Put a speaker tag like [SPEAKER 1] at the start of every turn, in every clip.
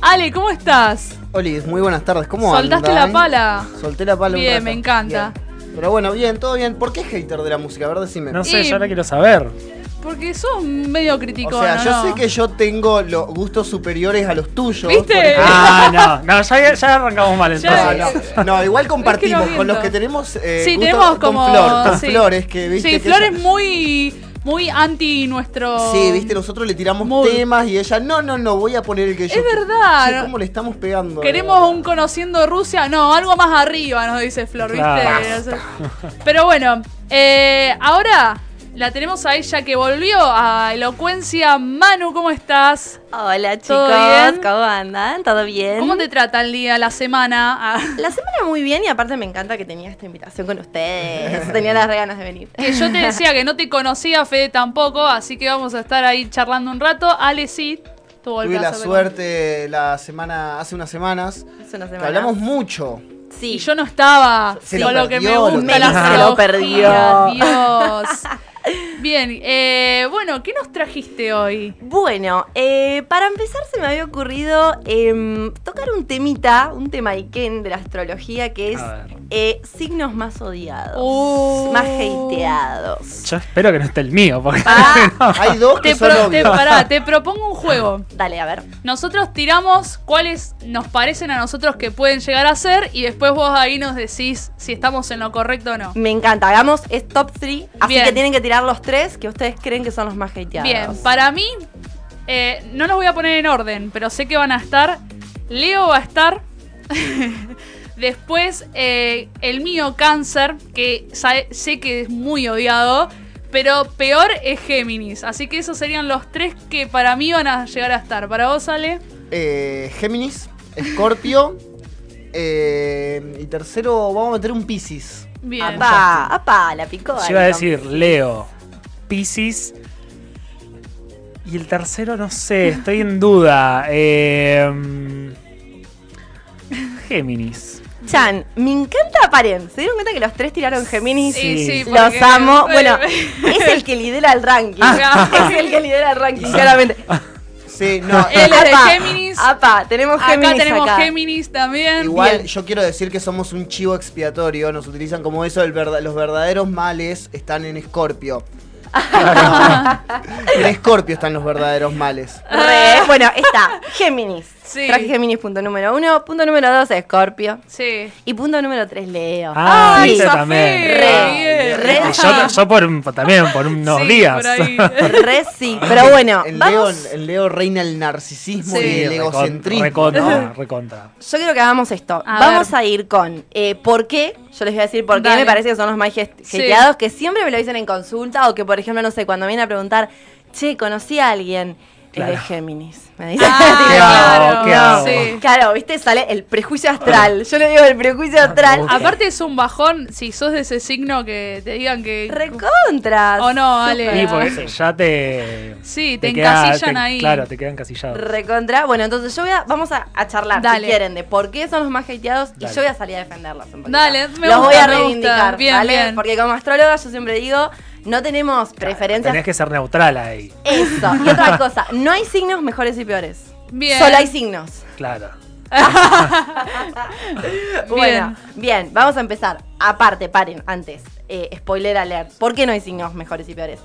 [SPEAKER 1] Ale, ¿cómo estás?
[SPEAKER 2] Oli, muy buenas tardes. ¿Cómo
[SPEAKER 1] Soltaste
[SPEAKER 2] andan?
[SPEAKER 1] la pala.
[SPEAKER 2] Solté la pala. un
[SPEAKER 1] Bien,
[SPEAKER 2] rato.
[SPEAKER 1] me encanta.
[SPEAKER 2] Bien. Pero bueno, bien, todo bien. ¿Por qué hater de la música? A ver, decime.
[SPEAKER 3] No sé,
[SPEAKER 1] Y-
[SPEAKER 3] yo ahora quiero saber.
[SPEAKER 1] Porque sos medio criticón.
[SPEAKER 2] o sea,
[SPEAKER 1] ¿no?
[SPEAKER 2] yo
[SPEAKER 1] no?
[SPEAKER 2] sé que yo tengo los gustos superiores a los tuyos.
[SPEAKER 1] ¿Viste?
[SPEAKER 2] por ejemplo.
[SPEAKER 3] Ah, no. No, ya, ya arrancamos mal
[SPEAKER 1] Ya-
[SPEAKER 2] No,
[SPEAKER 3] entonces.
[SPEAKER 2] no, no, igual compartimos
[SPEAKER 1] no
[SPEAKER 2] con los
[SPEAKER 1] miento.
[SPEAKER 2] que tenemos. eh,
[SPEAKER 1] Sí,
[SPEAKER 2] gusto-
[SPEAKER 1] tenemos como.
[SPEAKER 2] Con, Flor, con
[SPEAKER 1] sí.
[SPEAKER 2] Flores, que viste.
[SPEAKER 1] Sí,
[SPEAKER 2] que
[SPEAKER 1] Flores
[SPEAKER 2] ella-
[SPEAKER 1] muy. Muy anti nuestro.
[SPEAKER 2] Sí, viste, nosotros le tiramos
[SPEAKER 1] Muy-
[SPEAKER 2] temas y ella, no, no, no, voy a poner el que yo.
[SPEAKER 1] Es verdad.
[SPEAKER 2] Sí, ¿Cómo le estamos pegando? Eh,
[SPEAKER 1] Queremos un conociendo Rusia. No, algo más arriba, nos dice Flor, ¿viste?
[SPEAKER 3] Claro.
[SPEAKER 1] O sea, Pero bueno, eh, ahora la tenemos a ella que volvió a Elocuencia. Manu, ¿cómo estás?
[SPEAKER 4] Hola chicos,
[SPEAKER 1] ¿Todo bien?
[SPEAKER 4] ¿cómo andan? ¿Todo bien?
[SPEAKER 1] ¿Cómo te trata el día, la semana? Ah,
[SPEAKER 4] La semana muy bien y aparte me encanta que tenía esta invitación con ustedes. tenía las re ganas de venir.
[SPEAKER 1] Que Eh, yo te decía que no te conocía, Fede tampoco, así que vamos a estar ahí charlando un rato. Ale sí, tuvo el
[SPEAKER 2] Tuve la
[SPEAKER 1] placer de-
[SPEAKER 2] suerte la semana, hace unas semanas,
[SPEAKER 4] Hace una
[SPEAKER 2] que
[SPEAKER 4] semana.
[SPEAKER 2] hablamos mucho.
[SPEAKER 4] Sí.
[SPEAKER 1] Y yo no estaba
[SPEAKER 2] Se
[SPEAKER 1] con
[SPEAKER 2] lo
[SPEAKER 1] lo, que me
[SPEAKER 2] perdió, lo
[SPEAKER 1] gusta la
[SPEAKER 4] perdió. Se lo perdió.
[SPEAKER 1] Dios. Bien, eh, bueno, ¿qué nos trajiste hoy?
[SPEAKER 4] Bueno, eh, para empezar se me había ocurrido em, tocar un temita, un tema Iken de la astrología que es
[SPEAKER 3] A ver.
[SPEAKER 4] eh, signos más odiados,
[SPEAKER 1] Oh.
[SPEAKER 4] más hateados. Ah,
[SPEAKER 3] Yo espero que no esté el mío, porque
[SPEAKER 2] Hay dos que
[SPEAKER 1] Te,
[SPEAKER 2] son
[SPEAKER 1] pro- te-
[SPEAKER 2] obvios.
[SPEAKER 1] pará, te propongo un juego.
[SPEAKER 4] Dale, a ver.
[SPEAKER 1] Nosotros tiramos cuáles nos parecen a nosotros que pueden llegar a ser y después vos ahí nos decís si estamos en lo correcto o no.
[SPEAKER 4] Me encanta, hagamos es top 3, así
[SPEAKER 1] Bien.
[SPEAKER 4] que tienen que tirar los tres que ustedes creen que son los más hateados.
[SPEAKER 1] Bien, para mí, eh, no los voy a poner en orden, pero sé que van a estar. Leo va a estar. Después, eh, el mío, Cáncer, que sa- sé que es muy odiado, pero peor es Géminis. Así que esos serían los tres que para mí van a llegar a estar. Para vos, Ale.
[SPEAKER 2] Eh, Géminis, Escorpio. eh, y tercero, vamos a meter un Piscis.
[SPEAKER 1] Bien.
[SPEAKER 4] Apá, apá, la picó.
[SPEAKER 3] yo iba a
[SPEAKER 4] ahí,
[SPEAKER 3] decir Leo, Pisces. Y el tercero, no sé, estoy en duda. Eh, Géminis.
[SPEAKER 4] Chan, me encanta, paren, ¿se dieron cuenta que los tres tiraron Géminis?
[SPEAKER 3] Sí.
[SPEAKER 1] Eh,
[SPEAKER 4] Los
[SPEAKER 1] porque-
[SPEAKER 4] amo. Bueno, es el que lidera el ranking.
[SPEAKER 1] Ah.
[SPEAKER 4] es el que lidera el
[SPEAKER 3] Ah.
[SPEAKER 4] ranking, claramente.
[SPEAKER 2] Sí, no.
[SPEAKER 1] Él es de
[SPEAKER 4] Apa,
[SPEAKER 1] Géminis.
[SPEAKER 4] Apa, tenemos Géminis
[SPEAKER 1] acá tenemos
[SPEAKER 4] acá.
[SPEAKER 1] Géminis también.
[SPEAKER 2] Igual
[SPEAKER 1] Bien.
[SPEAKER 2] yo quiero decir que somos un chivo expiatorio, nos utilizan como eso, el verda- los verdaderos males están en Escorpio. en Escorpio están los verdaderos males.
[SPEAKER 4] Re, bueno, está, Géminis.
[SPEAKER 1] Ah. Sí.
[SPEAKER 4] Traje Géminis punto número uno, punto número dos, Escorpio.
[SPEAKER 1] Sí.
[SPEAKER 4] Y punto número tres, Leo.
[SPEAKER 3] Ah,
[SPEAKER 4] Sí.
[SPEAKER 3] esa
[SPEAKER 1] zafé,
[SPEAKER 3] también.
[SPEAKER 1] re bien.
[SPEAKER 4] Re-
[SPEAKER 3] Y yo, yo por un- también por unos
[SPEAKER 1] Sí,
[SPEAKER 3] días.
[SPEAKER 1] por ahí.
[SPEAKER 4] Re sí, pero bueno,
[SPEAKER 2] En Leo,
[SPEAKER 4] vamos.
[SPEAKER 2] en Leo reina el narcisismo
[SPEAKER 1] Sí.
[SPEAKER 2] y el egocentrismo.
[SPEAKER 3] Recontra, recontra.
[SPEAKER 4] Yo creo que hagamos esto.
[SPEAKER 1] A
[SPEAKER 4] Vamos
[SPEAKER 1] ver.
[SPEAKER 4] a ir con eh, por qué. Yo les voy a decir por qué
[SPEAKER 1] Dale.
[SPEAKER 4] me parece que son los más hate-
[SPEAKER 1] Sí.
[SPEAKER 4] hateados, que siempre me lo dicen en consulta o que, por ejemplo, no sé, cuando vienen a preguntar, che, conocí a alguien,
[SPEAKER 3] Claro.
[SPEAKER 4] es de Géminis. Me dicen.
[SPEAKER 1] Ah,
[SPEAKER 3] hago? ¿Qué
[SPEAKER 1] claro,
[SPEAKER 3] hago?
[SPEAKER 1] sí.
[SPEAKER 4] Claro, viste, sale el prejuicio astral. Yo le digo el
[SPEAKER 3] Ah,
[SPEAKER 4] prejuicio astral.
[SPEAKER 3] Ok.
[SPEAKER 1] Aparte es un bajón si sos de ese signo que te digan que...
[SPEAKER 4] Recontra.
[SPEAKER 1] O no, Ale.
[SPEAKER 3] Y porque ya te.
[SPEAKER 1] Sí, te,
[SPEAKER 3] queda-
[SPEAKER 1] encasillan
[SPEAKER 3] te-
[SPEAKER 1] ahí.
[SPEAKER 3] Claro, te quedan encasillados.
[SPEAKER 4] Recontra. Bueno, entonces yo voy a. Vamos a, a charlar
[SPEAKER 1] Dale.
[SPEAKER 4] si quieren de por qué son los más hateados y
[SPEAKER 3] Dale.
[SPEAKER 4] yo voy a salir a defenderlos un poquito.
[SPEAKER 1] Dale, me
[SPEAKER 4] Los
[SPEAKER 1] gusta,
[SPEAKER 4] voy a
[SPEAKER 1] me gusta.
[SPEAKER 4] reivindicar,
[SPEAKER 1] Bien,
[SPEAKER 4] ¿vale?
[SPEAKER 1] bien.
[SPEAKER 4] Porque como astróloga yo siempre digo, no tenemos preferencias.
[SPEAKER 3] Tenés que ser neutral ahí.
[SPEAKER 4] Eso. Y otra cosa, no hay signos mejores y peores.
[SPEAKER 1] Bien.
[SPEAKER 4] Solo hay signos.
[SPEAKER 3] Claro.
[SPEAKER 4] Bueno, bien, vamos a empezar. Aparte, paren, antes, eh, spoiler alert. ¿Por qué no hay signos mejores y peores?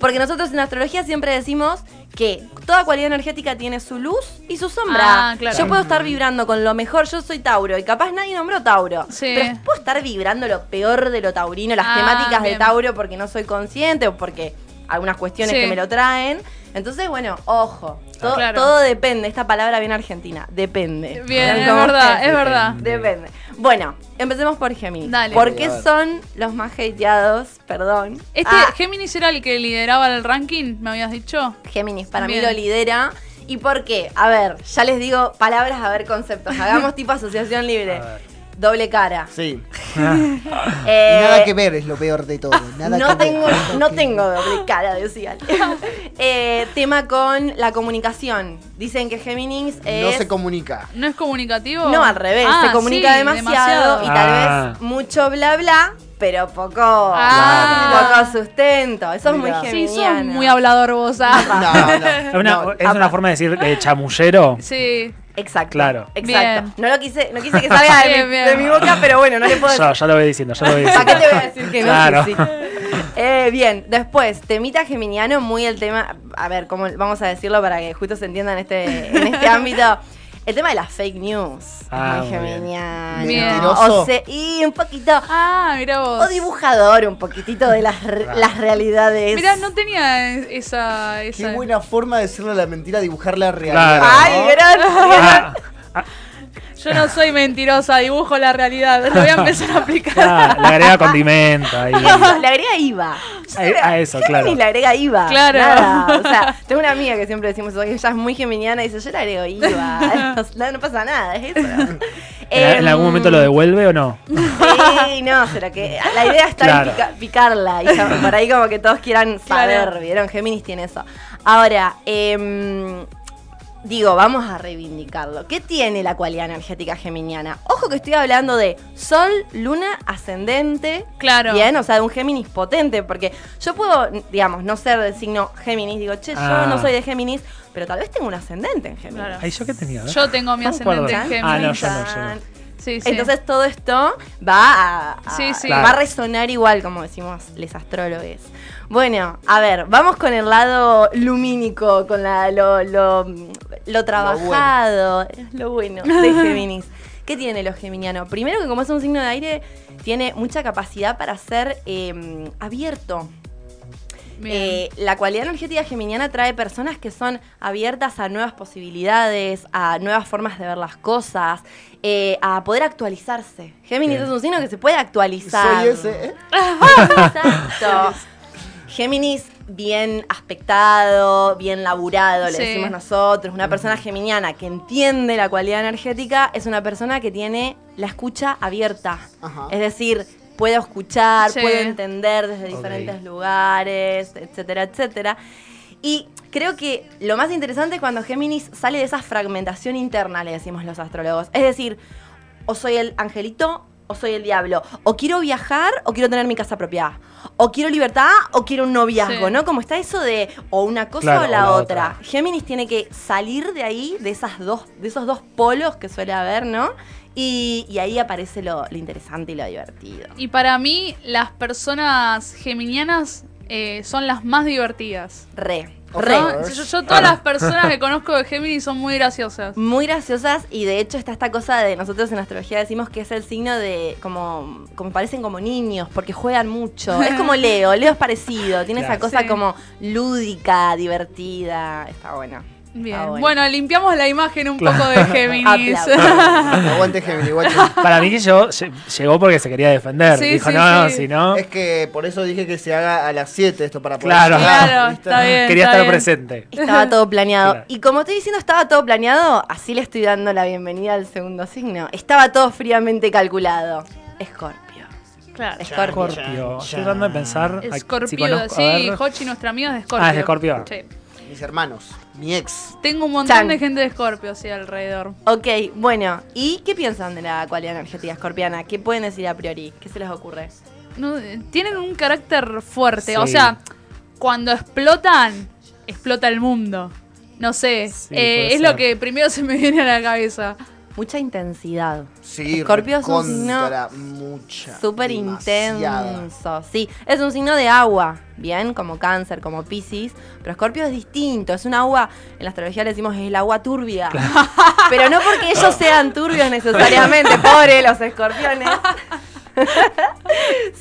[SPEAKER 4] Porque nosotros en astrología siempre decimos que toda cualidad energética tiene su luz y su sombra.
[SPEAKER 1] Ah, claro.
[SPEAKER 4] Yo puedo estar vibrando con lo mejor, yo soy Tauro, y capaz nadie nombró Tauro.
[SPEAKER 1] Sí.
[SPEAKER 4] Pero puedo estar vibrando lo peor de lo taurino, las
[SPEAKER 1] Ah,
[SPEAKER 4] temáticas
[SPEAKER 1] bien.
[SPEAKER 4] de Tauro porque no soy consciente o porque algunas cuestiones
[SPEAKER 1] Sí.
[SPEAKER 4] que me lo traen. Entonces, bueno, ojo, todo,
[SPEAKER 1] Claro.
[SPEAKER 4] todo depende. Esta palabra bien argentina, depende.
[SPEAKER 1] Bien, es
[SPEAKER 4] Como
[SPEAKER 1] verdad,
[SPEAKER 4] ustedes.
[SPEAKER 1] es verdad.
[SPEAKER 4] Depende. Bueno, empecemos por Géminis.
[SPEAKER 1] Dale.
[SPEAKER 4] ¿Por qué
[SPEAKER 2] A ver.
[SPEAKER 4] son los más hateados? Perdón.
[SPEAKER 1] Este
[SPEAKER 4] Ah,
[SPEAKER 1] Géminis era el que lideraba el ranking, me habías dicho.
[SPEAKER 4] Géminis, para
[SPEAKER 1] Bien.
[SPEAKER 4] mí lo lidera. ¿Y por qué? A ver, ya les digo palabras, a ver conceptos. Hagamos tipo asociación libre.
[SPEAKER 3] A ver.
[SPEAKER 4] Doble cara.
[SPEAKER 2] Sí.
[SPEAKER 4] Eh,
[SPEAKER 2] nada que ver es lo peor de todo. Nada
[SPEAKER 4] no
[SPEAKER 2] que ver.
[SPEAKER 4] tengo, no tengo doble cara, decía. Eh, tema con la comunicación. Dicen que Géminis es...
[SPEAKER 2] No se comunica.
[SPEAKER 1] ¿No es comunicativo?
[SPEAKER 4] No, al revés,
[SPEAKER 1] Ah,
[SPEAKER 4] se comunica
[SPEAKER 1] sí, demasiado.
[SPEAKER 4] demasiado, y tal
[SPEAKER 3] Ah.
[SPEAKER 4] vez mucho bla bla, pero poco,
[SPEAKER 1] Ah.
[SPEAKER 4] poco sustento. Eso es muy
[SPEAKER 2] Mira.
[SPEAKER 1] Sí,
[SPEAKER 4] geminiano.
[SPEAKER 1] sos muy hablador vos. ah.
[SPEAKER 2] No, no.
[SPEAKER 3] Es una-
[SPEAKER 2] no.
[SPEAKER 3] es una forma de decir eh, chamullero.
[SPEAKER 1] Sí.
[SPEAKER 4] Exacto.
[SPEAKER 3] Claro.
[SPEAKER 4] Exacto.
[SPEAKER 1] Bien.
[SPEAKER 4] No lo quise, no quise que salga de,
[SPEAKER 1] Bien,
[SPEAKER 4] mi,
[SPEAKER 1] bien.
[SPEAKER 4] de mi boca, pero bueno, no le puedo
[SPEAKER 3] Yo, ya lo voy diciendo, ya lo voy
[SPEAKER 4] ¿Para
[SPEAKER 3] diciendo.
[SPEAKER 4] qué te voy a decir que no?
[SPEAKER 3] Claro.
[SPEAKER 4] Sí, sí. Eh, bien, después, temita geminiano, muy el tema. A ver, ¿cómo vamos a decirlo para que justo se entienda en este, en este ámbito? El tema de las fake news. es
[SPEAKER 3] Ah,
[SPEAKER 4] muy
[SPEAKER 3] muy bien.
[SPEAKER 4] geminiano.
[SPEAKER 1] Bien.
[SPEAKER 4] O sea, y un poquito.
[SPEAKER 1] Ah, mira vos.
[SPEAKER 4] O dibujador, un poquitito de las, re-
[SPEAKER 3] Claro.
[SPEAKER 4] las realidades.
[SPEAKER 1] Mirá, no tenía es- esa. esa...
[SPEAKER 2] Qué buena forma de decirle a la mentira, dibujar la realidad.
[SPEAKER 3] Claro.
[SPEAKER 4] Ay, gracias.
[SPEAKER 3] Ah,
[SPEAKER 1] Yo no soy mentirosa, dibujo la realidad. Lo voy a empezar a aplicar.
[SPEAKER 3] claro, le agrega condimento ahí.
[SPEAKER 4] Eso, le agrega IVA.
[SPEAKER 3] A- a eso,
[SPEAKER 4] Gemini
[SPEAKER 3] claro.
[SPEAKER 4] le agrega IVA.
[SPEAKER 1] Claro.
[SPEAKER 4] Nada. O sea, tengo una amiga que siempre decimos eso, que ella es muy geminiana y dice, yo le agrego IVA. No, no pasa nada, es eso.
[SPEAKER 3] ¿En, en
[SPEAKER 1] em,
[SPEAKER 3] algún momento lo devuelve o no?
[SPEAKER 4] Sí, no, pero que la idea está
[SPEAKER 3] Claro.
[SPEAKER 4] en pica- picarla. Y ya por ahí como que todos quieran saber,
[SPEAKER 1] Claro.
[SPEAKER 4] ¿vieron? Géminis tiene eso. Ahora, em, digo, vamos a reivindicarlo. ¿Qué tiene la cualidad energética geminiana? Ojo que estoy hablando de sol, luna, ascendente.
[SPEAKER 1] Claro.
[SPEAKER 4] Bien, o sea, de un Géminis potente, porque yo puedo, digamos, no ser del signo Géminis, digo, che, yo
[SPEAKER 3] Ah.
[SPEAKER 4] no soy de Géminis, pero tal vez tengo un ascendente en Géminis.
[SPEAKER 1] Claro.
[SPEAKER 3] Ay, ¿yo qué tenía?
[SPEAKER 1] Yo tengo mi
[SPEAKER 3] No me acuerdo.
[SPEAKER 1] ascendente en Géminis.
[SPEAKER 3] Ah, no, yo no, yo no.
[SPEAKER 4] Tan.
[SPEAKER 1] Sí, sí.
[SPEAKER 4] Entonces todo esto va a, a-
[SPEAKER 1] Sí, sí.
[SPEAKER 3] Claro.
[SPEAKER 4] va a resonar igual, como decimos les astrólogos. Bueno, a ver, vamos con el lado lumínico, con la, lo, lo, lo trabajado, lo bueno, de Géminis. ¿Qué tiene los geminianos? Primero que como es un signo de aire, tiene mucha capacidad para ser eh, abierto.
[SPEAKER 1] Bien.
[SPEAKER 4] Eh, la cualidad energética geminiana trae personas que son abiertas a nuevas posibilidades, a nuevas formas de ver las cosas, eh, a poder actualizarse. Géminis
[SPEAKER 3] Bien.
[SPEAKER 4] es un signo que se puede actualizar.
[SPEAKER 2] Soy ese, ¿eh?
[SPEAKER 4] Exacto. Géminis bien aspectado, bien laburado, le
[SPEAKER 1] Sí.
[SPEAKER 4] decimos nosotros. Una persona geminiana que entiende la cualidad energética es una persona que tiene la escucha abierta.
[SPEAKER 2] Ajá.
[SPEAKER 4] Es decir, puedo escuchar,
[SPEAKER 1] Sí.
[SPEAKER 4] puedo entender desde
[SPEAKER 3] Ok.
[SPEAKER 4] diferentes lugares, etcétera, etcétera. Y creo que lo más interesante es cuando Géminis sale de esa fragmentación interna, le decimos los astrólogos. Es decir, o soy el angelito o soy el diablo. O quiero viajar o quiero tener mi casa propia. O quiero libertad o quiero un noviazgo,
[SPEAKER 1] Sí.
[SPEAKER 4] ¿no? Como está eso de o una cosa
[SPEAKER 3] Claro,
[SPEAKER 4] o la, otra. Géminis tiene que salir de ahí, de, esas dos, de esos dos polos que suele haber, ¿no? Y, y ahí aparece lo, lo interesante y lo divertido.
[SPEAKER 1] Y para mí, las personas geminianas eh, son las más divertidas.
[SPEAKER 4] Re,
[SPEAKER 2] Ok.
[SPEAKER 4] re.
[SPEAKER 1] ¿No? Yo, yo todas las personas que conozco de Géminis son muy graciosas.
[SPEAKER 4] Muy graciosas y de hecho está esta cosa de nosotros en astrología decimos que es el signo de como, como parecen como niños porque juegan mucho. Es como Leo, Leo es parecido, tiene esa
[SPEAKER 3] Claro.
[SPEAKER 4] cosa
[SPEAKER 1] Sí.
[SPEAKER 4] como lúdica, divertida, está bueno.
[SPEAKER 1] Bien.
[SPEAKER 4] Ah, bueno.
[SPEAKER 1] bueno. limpiamos la imagen un poco de Géminis. Ah,
[SPEAKER 4] Aplausos.
[SPEAKER 2] Aguante, Gemini, aguante.
[SPEAKER 3] Para mí que yo lle- llegó porque se quería defender.
[SPEAKER 1] Sí,
[SPEAKER 3] Dijo,
[SPEAKER 1] sí,
[SPEAKER 3] no,
[SPEAKER 1] sí.
[SPEAKER 3] si no,
[SPEAKER 2] Es que por eso dije que se haga a las 7 esto para poder
[SPEAKER 3] Claro.
[SPEAKER 2] llegar,
[SPEAKER 1] Claro,
[SPEAKER 2] ¿viste?
[SPEAKER 1] está bien.
[SPEAKER 3] quería estar
[SPEAKER 1] bien.
[SPEAKER 3] presente.
[SPEAKER 4] Estaba todo planeado.
[SPEAKER 3] Claro.
[SPEAKER 4] Y como estoy diciendo estaba todo planeado, así le estoy dando la bienvenida al segundo signo. Estaba todo fríamente calculado. Escorpio.
[SPEAKER 1] Claro.
[SPEAKER 4] Escorpio.
[SPEAKER 3] Scorpio. Estoy tratando de pensar. a- si
[SPEAKER 1] Escorpio,
[SPEAKER 3] conozco- a
[SPEAKER 1] sí,
[SPEAKER 3] ver.
[SPEAKER 1] Hochi, nuestra amiga es de Escorpio.
[SPEAKER 3] Ah, es de Escorpio.
[SPEAKER 1] Sí.
[SPEAKER 2] Mis hermanos, mi ex.
[SPEAKER 1] Tengo un montón
[SPEAKER 4] Chan.
[SPEAKER 1] de gente de Escorpio así alrededor.
[SPEAKER 4] Ok, bueno, ¿y qué piensan de la cualidad energética escorpiana? ¿Qué pueden decir a priori? ¿Qué se les ocurre?
[SPEAKER 1] No, eh, tienen un carácter fuerte.
[SPEAKER 3] Sí.
[SPEAKER 1] O sea, cuando explotan, explota el mundo. No sé.
[SPEAKER 3] Sí,
[SPEAKER 1] eh,
[SPEAKER 3] puede
[SPEAKER 1] es
[SPEAKER 3] ser.
[SPEAKER 1] lo que primero se me viene a la cabeza.
[SPEAKER 4] Mucha intensidad.
[SPEAKER 2] Sí,
[SPEAKER 4] Escorpio es un
[SPEAKER 2] recontra, mucha.
[SPEAKER 4] Súper
[SPEAKER 2] demasiada.
[SPEAKER 4] intenso. Sí, es un signo de agua, ¿bien? Como cáncer, como piscis. Pero Escorpio es distinto. Es un agua, en la astrología le decimos es el agua turbia. Pero no porque ellos sean turbios necesariamente, pobre los escorpiones.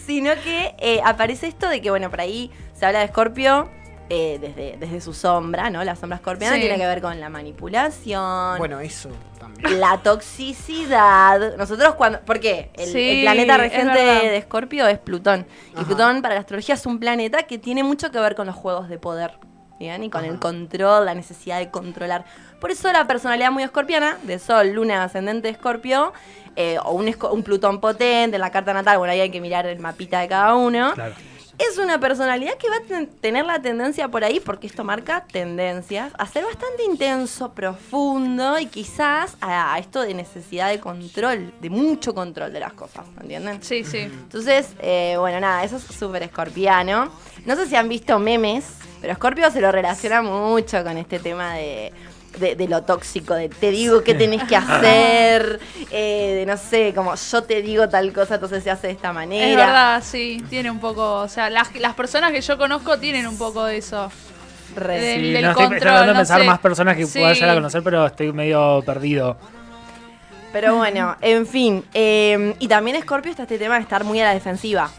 [SPEAKER 4] Sino que eh, aparece esto de que, bueno, por ahí se habla de Escorpio. eh, desde, desde su sombra, ¿no? La sombra escorpiana
[SPEAKER 1] Sí.
[SPEAKER 4] tiene que ver con la manipulación,
[SPEAKER 2] Bueno, eso también.
[SPEAKER 4] la toxicidad. Nosotros cuando. Porque el,
[SPEAKER 1] Sí,
[SPEAKER 4] el planeta
[SPEAKER 1] es
[SPEAKER 4] regente
[SPEAKER 1] verdad.
[SPEAKER 4] de Escorpio es Plutón. Y
[SPEAKER 2] Ajá.
[SPEAKER 4] Plutón para la astrología es un planeta que tiene mucho que ver con los juegos de poder. ¿Bien? Y con el
[SPEAKER 2] Ajá.
[SPEAKER 4] control, la necesidad de controlar. Por eso la personalidad muy escorpiana, de Sol, Luna, Ascendente, Escorpio, eh, o un, esco- un Plutón potente en la carta natal, bueno, ahí hay que mirar el mapita de cada uno.
[SPEAKER 3] Claro.
[SPEAKER 4] Es una personalidad que va a ten- tener la tendencia por ahí, porque esto marca tendencias, a ser bastante intenso, profundo y quizás a, a esto de necesidad de control, de mucho control de las cosas, ¿me ¿entienden?
[SPEAKER 1] Sí, sí.
[SPEAKER 4] Entonces, eh, bueno, nada, eso es súper escorpiano. No sé si han visto memes, pero Scorpio se lo relaciona mucho con este tema de de, de lo tóxico, de te digo qué tenés que hacer, eh, de no sé, como yo te digo tal cosa, entonces se hace de esta manera.
[SPEAKER 1] Es verdad, sí, tiene un poco, o sea, las, las personas que yo conozco tienen un poco de eso.
[SPEAKER 4] Re.
[SPEAKER 1] De-
[SPEAKER 3] Sí,
[SPEAKER 1] del
[SPEAKER 3] no, estoy, estoy
[SPEAKER 1] control,
[SPEAKER 3] tratando de
[SPEAKER 1] no
[SPEAKER 3] pensar
[SPEAKER 1] sé.
[SPEAKER 3] más personas que
[SPEAKER 1] Sí.
[SPEAKER 3] pueda llegar a conocer, pero estoy medio perdido.
[SPEAKER 4] Pero bueno, en fin. eh, y también Scorpio está este tema de estar muy a la defensiva.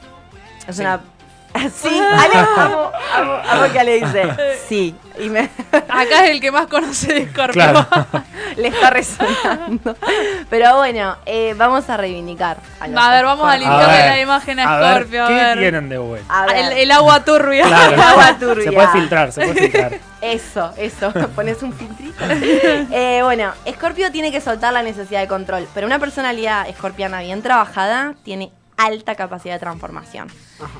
[SPEAKER 4] Es una. Sí, Ale, amo, amo, amo que Ale dice. Sí. Y me
[SPEAKER 1] Acá es el que más conoce de Scorpio.
[SPEAKER 3] Claro.
[SPEAKER 4] le está resonando. Pero bueno, eh, vamos a reivindicar. A, los
[SPEAKER 1] A ver, vamos a
[SPEAKER 4] Scorpio.
[SPEAKER 1] limpiar limpiarle la imagen a
[SPEAKER 3] ver,
[SPEAKER 1] Scorpio, a
[SPEAKER 3] ¿Qué
[SPEAKER 1] ver. Ah,
[SPEAKER 3] tienen de bueno?
[SPEAKER 4] A ver,
[SPEAKER 1] El, el agua turbia.
[SPEAKER 3] Claro,
[SPEAKER 4] agua
[SPEAKER 3] se
[SPEAKER 4] turbia.
[SPEAKER 3] puede filtrar, se puede filtrar.
[SPEAKER 4] Eso, eso. Pones un filtrito. Eh, bueno, Scorpio tiene que soltar la necesidad de control. Pero una personalidad escorpiana bien trabajada tiene alta capacidad de transformación.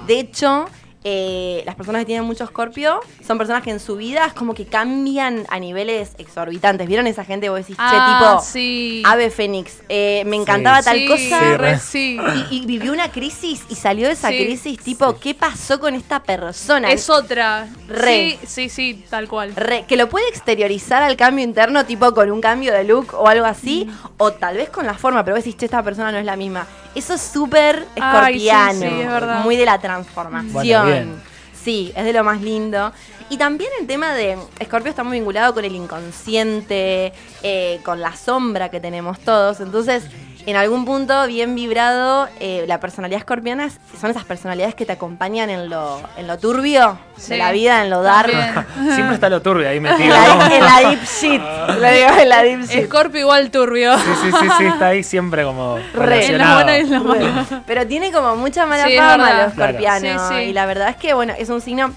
[SPEAKER 4] De hecho, eh, las personas que tienen mucho Scorpio son personas que en su vida es como que cambian a niveles exorbitantes. ¿Vieron esa gente? Vos decís,
[SPEAKER 1] Ah,
[SPEAKER 4] che, tipo,
[SPEAKER 1] sí.
[SPEAKER 4] ave fénix. eh, me encantaba tal
[SPEAKER 1] Sí,
[SPEAKER 4] cosa.
[SPEAKER 3] Sí,
[SPEAKER 1] re,
[SPEAKER 3] re.
[SPEAKER 1] sí.
[SPEAKER 4] Y, y vivió una crisis y salió de esa
[SPEAKER 1] Sí.
[SPEAKER 4] crisis, tipo, ¿qué pasó con esta persona?
[SPEAKER 1] Es otra.
[SPEAKER 4] Re.
[SPEAKER 1] Sí, sí, sí, tal cual.
[SPEAKER 4] Re- que lo puede exteriorizar al cambio interno, tipo con un cambio de look o algo así,
[SPEAKER 1] Mm.
[SPEAKER 4] o tal vez con la forma, pero vos decís, che, esta persona no es la misma. Eso es súper
[SPEAKER 1] Ay, sí,
[SPEAKER 4] escorpiano,
[SPEAKER 1] sí, es verdad.
[SPEAKER 4] muy de la transformación.
[SPEAKER 3] Bueno, bien.
[SPEAKER 4] sí, es de lo más lindo. Y también el tema de Escorpio está muy vinculado con el inconsciente, eh, con la sombra que tenemos todos. Entonces, en algún punto, bien vibrado, eh, la personalidad escorpiana es- son esas personalidades que te acompañan en lo, en lo turbio
[SPEAKER 1] Sí,
[SPEAKER 4] de la vida, en lo dark.
[SPEAKER 1] también.
[SPEAKER 3] Siempre está lo turbio ahí
[SPEAKER 4] En
[SPEAKER 3] metido. ¿no?
[SPEAKER 4] la, en la deep shit. Lo digo en la deep shit.
[SPEAKER 1] Scorpio igual turbio.
[SPEAKER 3] Sí, sí, sí, sí, está ahí siempre como
[SPEAKER 1] En las
[SPEAKER 3] relacionado.
[SPEAKER 1] buenas y en las malas.
[SPEAKER 4] Pero tiene como mucha mala
[SPEAKER 1] Sí, es
[SPEAKER 4] fama
[SPEAKER 1] verdad.
[SPEAKER 4] los escorpianos.
[SPEAKER 1] Claro. Sí, sí.
[SPEAKER 4] Y la verdad es que, bueno, es un signo.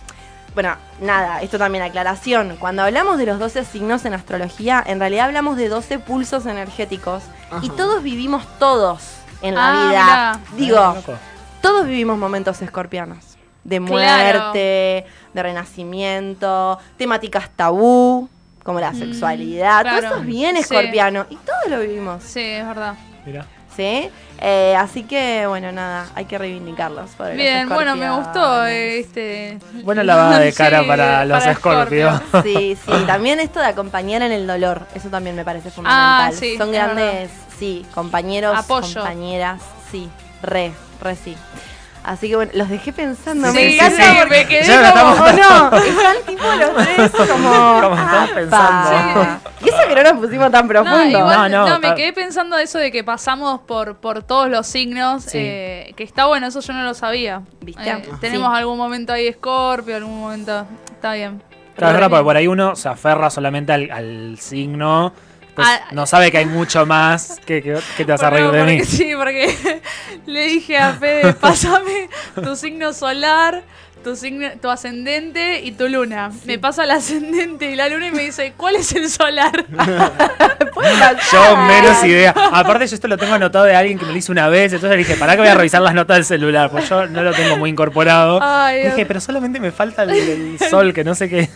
[SPEAKER 4] Bueno, nada, esto también aclaración. Cuando hablamos de los 12 signos en astrología, en realidad hablamos de 12 pulsos energéticos. Y todos vivimos todos en la
[SPEAKER 1] Ah,
[SPEAKER 4] vida.
[SPEAKER 1] mirá.
[SPEAKER 4] Digo,
[SPEAKER 3] Loco.
[SPEAKER 4] todos vivimos momentos escorpianos. De
[SPEAKER 1] Claro.
[SPEAKER 4] muerte, de renacimiento, temáticas tabú, como la sexualidad. Todo
[SPEAKER 1] Mm, claro.
[SPEAKER 4] eso es bien
[SPEAKER 1] Sí.
[SPEAKER 4] escorpiano. Y todos lo vivimos.
[SPEAKER 1] Sí, es verdad.
[SPEAKER 3] Mirá.
[SPEAKER 4] ¿Sí? Eh, así que, bueno, nada, hay que reivindicarlos. pobre los
[SPEAKER 1] Bien, bueno, me
[SPEAKER 4] escorpianos.
[SPEAKER 1] gustó eh, este.
[SPEAKER 3] Buena lavada de cara
[SPEAKER 1] Sí,
[SPEAKER 3] para los
[SPEAKER 1] Scorpio.
[SPEAKER 3] escorpios.
[SPEAKER 4] Sí, sí, también esto de acompañar en el dolor, eso también me parece
[SPEAKER 1] Ah,
[SPEAKER 4] fundamental.
[SPEAKER 1] sí,
[SPEAKER 4] Son
[SPEAKER 1] es
[SPEAKER 4] grandes, sí, compañeros,
[SPEAKER 1] Apoyo.
[SPEAKER 4] compañeras, sí, re, re sí. Así que bueno, los dejé pensando,
[SPEAKER 1] Sí,
[SPEAKER 4] me
[SPEAKER 1] sí,
[SPEAKER 4] encanta
[SPEAKER 1] sí,
[SPEAKER 4] porque
[SPEAKER 1] me quedé
[SPEAKER 3] Ya lo
[SPEAKER 1] como-
[SPEAKER 3] estamos-
[SPEAKER 4] no, están tipo los tres como,
[SPEAKER 3] Como ah, estamos
[SPEAKER 4] "Apa".
[SPEAKER 3] pensando.
[SPEAKER 4] Y eso que no nos pusimos tan profundo.
[SPEAKER 1] No, igual,
[SPEAKER 3] No,
[SPEAKER 1] no,
[SPEAKER 3] no,
[SPEAKER 1] me
[SPEAKER 3] pa-
[SPEAKER 1] quedé pensando eso de que pasamos por, por todos los signos,
[SPEAKER 3] Sí.
[SPEAKER 1] eh, que está bueno, eso yo no lo sabía.
[SPEAKER 4] ¿Viste?
[SPEAKER 1] Eh, tenemos
[SPEAKER 4] Sí.
[SPEAKER 1] algún momento ahí Scorpio, algún momento... Está bien.
[SPEAKER 3] Claro, es verdad, porque por ahí uno se aferra solamente al, al signo, pues
[SPEAKER 1] Ah.
[SPEAKER 3] no sabe que hay mucho más que, que- que te vas a
[SPEAKER 1] Porque-
[SPEAKER 3] reír de
[SPEAKER 1] porque-
[SPEAKER 3] mí.
[SPEAKER 1] Sí, porque le dije a Fede, pásame tu signo solar, tu signo, tu ascendente y tu luna. Me pasa el ascendente y la luna y me dice, ¿cuál es el solar?
[SPEAKER 3] Yo
[SPEAKER 4] Ah.
[SPEAKER 3] menos idea. Aparte, yo esto lo tengo anotado de alguien que me lo hizo una vez, entonces dije, pará que voy a revisar las notas del celular, pues yo no lo tengo muy incorporado.
[SPEAKER 1] Ay,
[SPEAKER 3] dije,
[SPEAKER 1] Dios.
[SPEAKER 3] pero solamente me falta el, el sol, que no sé qué.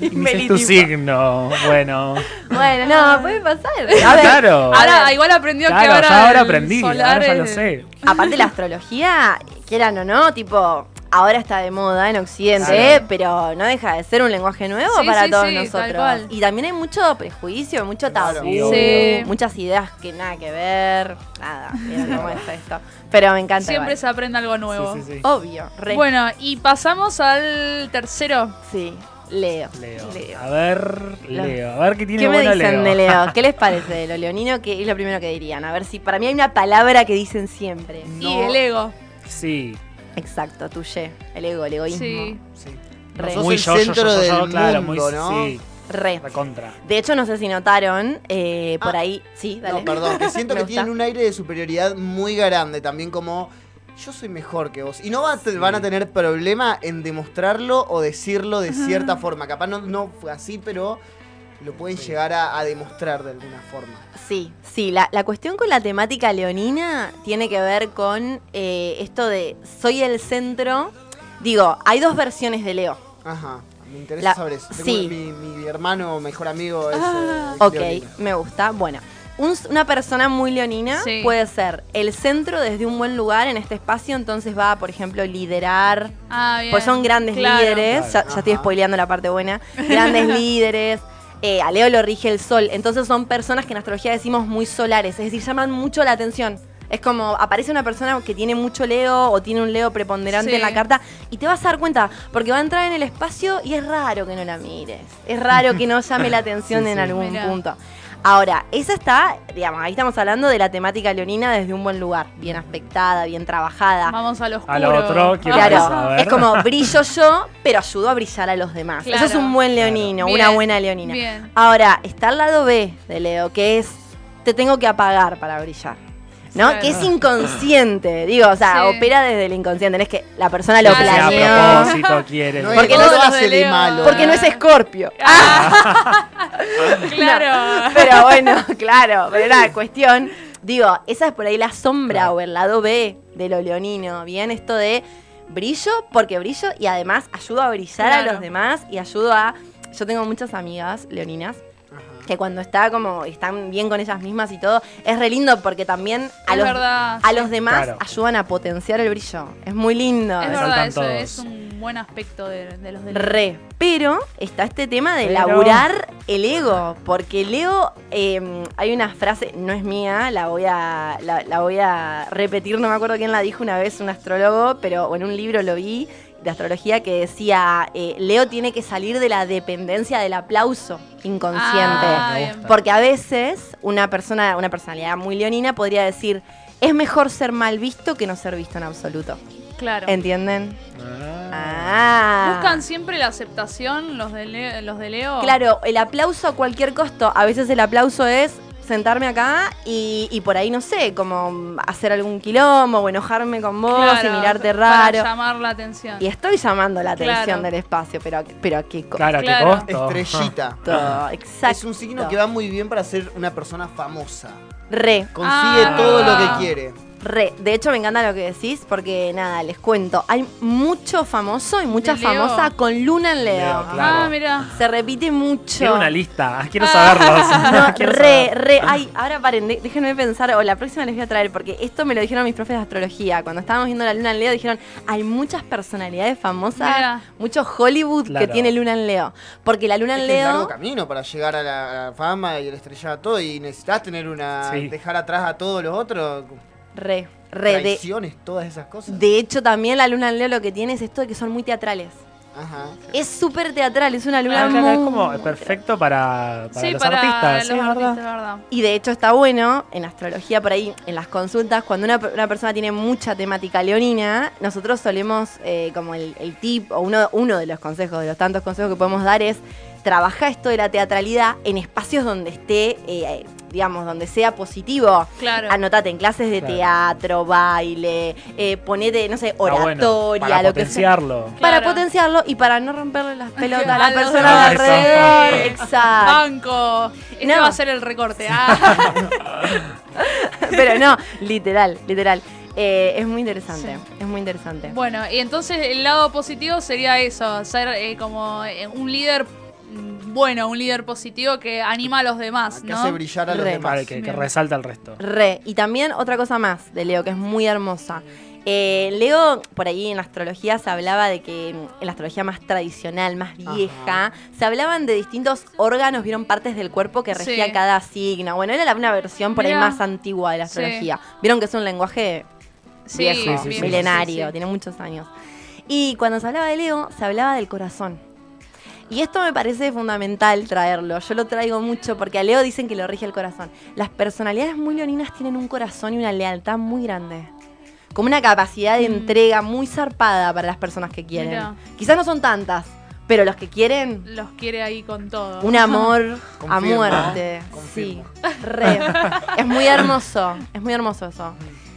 [SPEAKER 3] Y me dice, es tu
[SPEAKER 4] Melitipo.
[SPEAKER 3] signo. Bueno.
[SPEAKER 4] Bueno, no, puede pasar. A ver,
[SPEAKER 3] Ah, claro.
[SPEAKER 1] Ahora, igual aprendió que
[SPEAKER 3] Claro,
[SPEAKER 1] ahora.
[SPEAKER 3] ya ahora
[SPEAKER 1] el
[SPEAKER 3] aprendí,
[SPEAKER 1] solar
[SPEAKER 3] ahora ya
[SPEAKER 1] es-
[SPEAKER 3] lo sé.
[SPEAKER 4] Aparte la astrología, quieran o no, tipo, ahora está de moda en Occidente,
[SPEAKER 3] Claro.
[SPEAKER 4] ¿eh? pero no deja de ser un lenguaje nuevo
[SPEAKER 1] Sí,
[SPEAKER 4] para
[SPEAKER 1] sí,
[SPEAKER 4] todos
[SPEAKER 1] sí, tal cual.
[SPEAKER 4] nosotros. Y también hay mucho prejuicio, mucho tabú,
[SPEAKER 3] Sí,
[SPEAKER 1] obvio.
[SPEAKER 4] muchas ideas que nada que ver, nada, vieron cómo es esto. Pero me encanta.
[SPEAKER 1] Siempre
[SPEAKER 4] igual.
[SPEAKER 1] se aprende algo nuevo. Oh,
[SPEAKER 3] Sí, sí, sí.
[SPEAKER 4] Obvio, re.
[SPEAKER 1] Bueno, y pasamos al tercero.
[SPEAKER 4] Sí, Leo.
[SPEAKER 3] Leo.
[SPEAKER 4] Leo.
[SPEAKER 3] A ver, Leo. A ver qué tiene
[SPEAKER 4] ¿Qué me
[SPEAKER 3] bueno
[SPEAKER 4] dicen
[SPEAKER 3] Leo.
[SPEAKER 4] de Leo? ¿Qué les parece de lo leonino? ¿Qué es lo primero que dirían? A ver si para mí hay una palabra que dicen siempre.
[SPEAKER 1] Y el ego.
[SPEAKER 3] Sí.
[SPEAKER 4] Exacto, tuye. El ego, el egoísmo.
[SPEAKER 1] Sí.
[SPEAKER 3] sí.
[SPEAKER 4] Re.
[SPEAKER 2] Sos
[SPEAKER 3] Muy
[SPEAKER 2] el
[SPEAKER 3] yo, yo, yo,
[SPEAKER 2] centro
[SPEAKER 3] yo, yo,
[SPEAKER 2] del
[SPEAKER 3] claro,
[SPEAKER 2] mundo,
[SPEAKER 3] muy
[SPEAKER 2] ¿no?
[SPEAKER 3] sí,
[SPEAKER 4] Re.
[SPEAKER 3] recontra.
[SPEAKER 4] De hecho, no sé si notaron, eh, por
[SPEAKER 2] Ah.
[SPEAKER 4] ahí. Sí, dale.
[SPEAKER 2] No, perdón, que siento
[SPEAKER 4] Me
[SPEAKER 2] que
[SPEAKER 4] gusta.
[SPEAKER 2] tienen un aire de superioridad muy grande, también como yo soy mejor que vos. Y no va a te- van a tener problema en demostrarlo o decirlo de cierta forma. Capaz no, no fue así, pero lo pueden llegar a, a demostrar de alguna forma.
[SPEAKER 4] Sí, sí, la, la cuestión con la temática leonina tiene que ver con eh, esto de soy el centro. Digo, hay dos versiones de Leo.
[SPEAKER 2] Ajá, me interesa
[SPEAKER 4] La-
[SPEAKER 2] saber eso. Tengo
[SPEAKER 4] sí. Ah,
[SPEAKER 2] mi, mi hermano, mejor amigo es... eh,
[SPEAKER 4] Ok,
[SPEAKER 2] leonino.
[SPEAKER 4] me gusta. Bueno, un- una persona muy leonina
[SPEAKER 1] Sí.
[SPEAKER 4] puede ser el centro desde un buen lugar en este espacio, entonces va, por ejemplo, liderar.
[SPEAKER 1] Ah, bien.
[SPEAKER 4] Pues son grandes
[SPEAKER 1] Claro.
[SPEAKER 4] líderes. Ya, ya estoy
[SPEAKER 2] Ajá.
[SPEAKER 4] spoileando la parte buena. Grandes líderes. Eh, a Leo lo rige el sol. Entonces son personas que en astrología decimos muy solares, es decir, llaman mucho la atención. Es como aparece una persona que tiene mucho Leo o tiene un Leo preponderante
[SPEAKER 1] Sí.
[SPEAKER 4] en la carta y te vas a dar cuenta porque va a entrar en el espacio y es raro que no la mires. Es raro que no llame la atención
[SPEAKER 3] Sí,
[SPEAKER 4] en
[SPEAKER 3] sí.
[SPEAKER 4] algún
[SPEAKER 1] Mirá.
[SPEAKER 4] punto. Ahora, esa está, digamos, ahí estamos hablando de la temática leonina desde un buen lugar, bien aspectada, bien trabajada.
[SPEAKER 1] Vamos al oscuro.
[SPEAKER 3] A lo otro, quiero
[SPEAKER 1] Ah,
[SPEAKER 4] Claro,
[SPEAKER 3] saber.
[SPEAKER 4] es como brillo yo, pero ayudo a brillar a los demás.
[SPEAKER 1] Claro.
[SPEAKER 4] Eso es un buen leonino,
[SPEAKER 1] Bien,
[SPEAKER 4] una buena leonina.
[SPEAKER 1] bien.
[SPEAKER 4] Ahora, está el lado B de Leo, que es te tengo que apagar para brillar. ¿No?
[SPEAKER 1] Claro.
[SPEAKER 4] Que es inconsciente, digo, o sea,
[SPEAKER 1] Sí.
[SPEAKER 4] opera desde el inconsciente, no es que la persona lo
[SPEAKER 1] Claro,
[SPEAKER 3] Que sea
[SPEAKER 1] Leo.
[SPEAKER 3] a
[SPEAKER 4] planeó.
[SPEAKER 3] propósito, quiere.
[SPEAKER 2] No es-
[SPEAKER 4] Porque
[SPEAKER 2] no
[SPEAKER 4] no
[SPEAKER 2] lo
[SPEAKER 1] todos de
[SPEAKER 2] hace de
[SPEAKER 1] Leo.
[SPEAKER 2] malo. eh.
[SPEAKER 4] Porque no es escorpio.
[SPEAKER 1] Ah. Claro.
[SPEAKER 4] Pero bueno, claro, pero era cuestión. Digo, esa es por ahí la sombra o el lado B de lo leonino. Bien, esto de brillo porque brillo y además ayudo a brillar
[SPEAKER 1] Claro.
[SPEAKER 4] a los demás y ayudo a. Yo tengo muchas amigas leoninas
[SPEAKER 2] Ajá.
[SPEAKER 4] que cuando está como están bien con ellas mismas y todo, es re lindo porque también a
[SPEAKER 1] Es
[SPEAKER 4] los,
[SPEAKER 1] verdad.
[SPEAKER 4] a los demás
[SPEAKER 3] Claro.
[SPEAKER 4] ayudan a potenciar el brillo. Es muy lindo.
[SPEAKER 1] Es
[SPEAKER 3] Me
[SPEAKER 1] verdad,
[SPEAKER 3] saltan
[SPEAKER 1] eso
[SPEAKER 3] todos.
[SPEAKER 1] es un buen aspecto de, de los de
[SPEAKER 4] Re. Pero está este tema de
[SPEAKER 3] Pero-
[SPEAKER 4] laburar el ego. Porque el ego, eh, hay una frase, no es mía, la voy, a, la, la voy a repetir, no me acuerdo quién la dijo una vez, un astrólogo, pero o en un libro lo vi de astrología que decía, eh, Leo tiene que salir de la dependencia del aplauso inconsciente.
[SPEAKER 1] Ah,
[SPEAKER 3] Me
[SPEAKER 1] bien.
[SPEAKER 3] gusta.
[SPEAKER 4] Porque a veces una persona, una personalidad muy leonina podría decir, es mejor ser mal visto que no ser visto en absoluto.
[SPEAKER 1] Claro.
[SPEAKER 4] ¿Entienden?
[SPEAKER 3] Ah.
[SPEAKER 4] Ah.
[SPEAKER 1] Buscan siempre la aceptación los de Leo. Los de Leo.
[SPEAKER 4] Claro, el aplauso a cualquier costo. A veces el aplauso es sentarme acá y, y por ahí, no sé, como hacer algún quilombo o enojarme con vos
[SPEAKER 1] Claro,
[SPEAKER 4] y mirarte
[SPEAKER 1] para
[SPEAKER 4] raro.
[SPEAKER 1] llamar la atención.
[SPEAKER 4] Y estoy llamando la atención
[SPEAKER 1] Claro.
[SPEAKER 4] del espacio, pero, pero a qué costo.
[SPEAKER 3] Claro,
[SPEAKER 1] Claro.
[SPEAKER 3] qué costo.
[SPEAKER 2] Estrellita.
[SPEAKER 4] Exacto.
[SPEAKER 2] Es un signo que va muy bien para ser una persona famosa.
[SPEAKER 4] Re,
[SPEAKER 2] Consigue
[SPEAKER 1] Ah.
[SPEAKER 2] todo lo que quiere.
[SPEAKER 4] re. De hecho, me encanta lo que decís porque, nada, les cuento. Hay mucho famoso y mucha
[SPEAKER 1] De Leo.
[SPEAKER 4] famosa con luna en Leo.
[SPEAKER 3] Leo, claro.
[SPEAKER 1] Ah, mira.
[SPEAKER 4] Se repite mucho.
[SPEAKER 3] Quiero una lista. Quiero saberlos.
[SPEAKER 4] No,
[SPEAKER 3] Quiero
[SPEAKER 4] re,
[SPEAKER 3] saber.
[SPEAKER 4] re. Ay, ahora paren, de- déjenme pensar, o la próxima les voy a traer, porque esto me lo dijeron mis profes de astrología. Cuando estábamos viendo la luna en Leo, dijeron, hay muchas personalidades famosas,
[SPEAKER 1] Mira.
[SPEAKER 4] mucho Hollywood que
[SPEAKER 3] Claro.
[SPEAKER 4] tiene luna en Leo. Porque la luna
[SPEAKER 2] Es
[SPEAKER 4] en
[SPEAKER 2] que es largo
[SPEAKER 4] Leo...
[SPEAKER 2] camino para llegar a la, a la fama y el estrellato y necesitas tener una
[SPEAKER 3] Sí.
[SPEAKER 2] dejar atrás a todos los otros
[SPEAKER 4] Re, re. De,
[SPEAKER 2] traiciones, todas esas cosas.
[SPEAKER 4] de hecho, también la luna en Leo lo que tiene es esto de que son muy teatrales.
[SPEAKER 2] Ajá.
[SPEAKER 4] Es súper teatral, es una luna
[SPEAKER 3] Ah, claro, es
[SPEAKER 4] muy-
[SPEAKER 3] como perfecto para, para
[SPEAKER 1] sí,
[SPEAKER 3] los
[SPEAKER 1] para
[SPEAKER 3] artistas. sí,
[SPEAKER 1] los
[SPEAKER 3] es
[SPEAKER 1] artistas,
[SPEAKER 3] verdad.
[SPEAKER 1] verdad.
[SPEAKER 4] Y de hecho está bueno, en astrología por ahí, en las consultas, cuando una, una persona tiene mucha temática leonina, nosotros solemos, eh, como el, el tip, o uno, uno de los consejos, de los tantos consejos que podemos dar es, trabaja esto de la teatralidad en espacios donde esté, eh, digamos, donde sea positivo.
[SPEAKER 1] Claro.
[SPEAKER 4] Anotate en clases de
[SPEAKER 3] Claro.
[SPEAKER 4] teatro, baile, eh, ponete, no sé,
[SPEAKER 3] Está bueno,
[SPEAKER 4] oratoria,
[SPEAKER 3] para
[SPEAKER 4] lo que sea.
[SPEAKER 3] potenciarlo.
[SPEAKER 4] Para
[SPEAKER 1] Claro.
[SPEAKER 4] potenciarlo y para no romperle las pelotas a
[SPEAKER 1] A
[SPEAKER 4] la
[SPEAKER 1] los
[SPEAKER 4] persona de
[SPEAKER 3] demás.
[SPEAKER 4] alrededor.
[SPEAKER 1] Sí.
[SPEAKER 4] Exacto.
[SPEAKER 1] Banco. Este
[SPEAKER 4] No.
[SPEAKER 1] va a ser el recorte. Ah.
[SPEAKER 4] Pero no, literal, literal. Eh, es muy interesante, es muy interesante.
[SPEAKER 1] Bueno, y entonces el lado positivo sería eso, ser eh, como eh, un líder mm, bueno, un líder positivo que anima a los demás,
[SPEAKER 2] Que
[SPEAKER 1] ¿no?
[SPEAKER 2] hace brillar a los
[SPEAKER 4] Re.
[SPEAKER 2] demás.
[SPEAKER 3] Vale, que, que
[SPEAKER 1] Bien.
[SPEAKER 3] resalta el resto.
[SPEAKER 4] Re, y también otra cosa más de Leo que es muy hermosa. Eh, Leo, por ahí en la astrología se hablaba de que, mm, en la astrología más tradicional, más
[SPEAKER 2] Ajá.
[SPEAKER 4] vieja, se hablaban de distintos órganos, vieron partes del cuerpo que regía
[SPEAKER 1] Sí.
[SPEAKER 4] cada signo. Bueno, era la- una versión por ahí
[SPEAKER 1] Mirá.
[SPEAKER 4] más antigua de la
[SPEAKER 1] Sí.
[SPEAKER 4] astrología. Vieron que es un lenguaje
[SPEAKER 1] Sí,
[SPEAKER 4] viejo,
[SPEAKER 3] sí, sí, sí.
[SPEAKER 4] milenario,
[SPEAKER 1] Sí, sí.
[SPEAKER 4] tiene muchos años. Y cuando se hablaba de Leo, se hablaba del corazón. Y esto me parece fundamental traerlo. Yo lo traigo mucho porque a Leo dicen que lo rige el corazón. Las personalidades muy leoninas tienen un corazón y una lealtad muy grande. Como una capacidad de
[SPEAKER 1] Mm.
[SPEAKER 4] entrega muy zarpada para las personas que quieren.
[SPEAKER 1] Mirá.
[SPEAKER 4] Quizás no son tantas, pero los que quieren,
[SPEAKER 1] Los quiere ahí con todo.
[SPEAKER 4] un amor a
[SPEAKER 2] Confirmo,
[SPEAKER 4] muerte.
[SPEAKER 2] ¿no?
[SPEAKER 4] Sí,
[SPEAKER 2] Confirmo.
[SPEAKER 4] re. Es muy hermoso, es muy hermoso eso.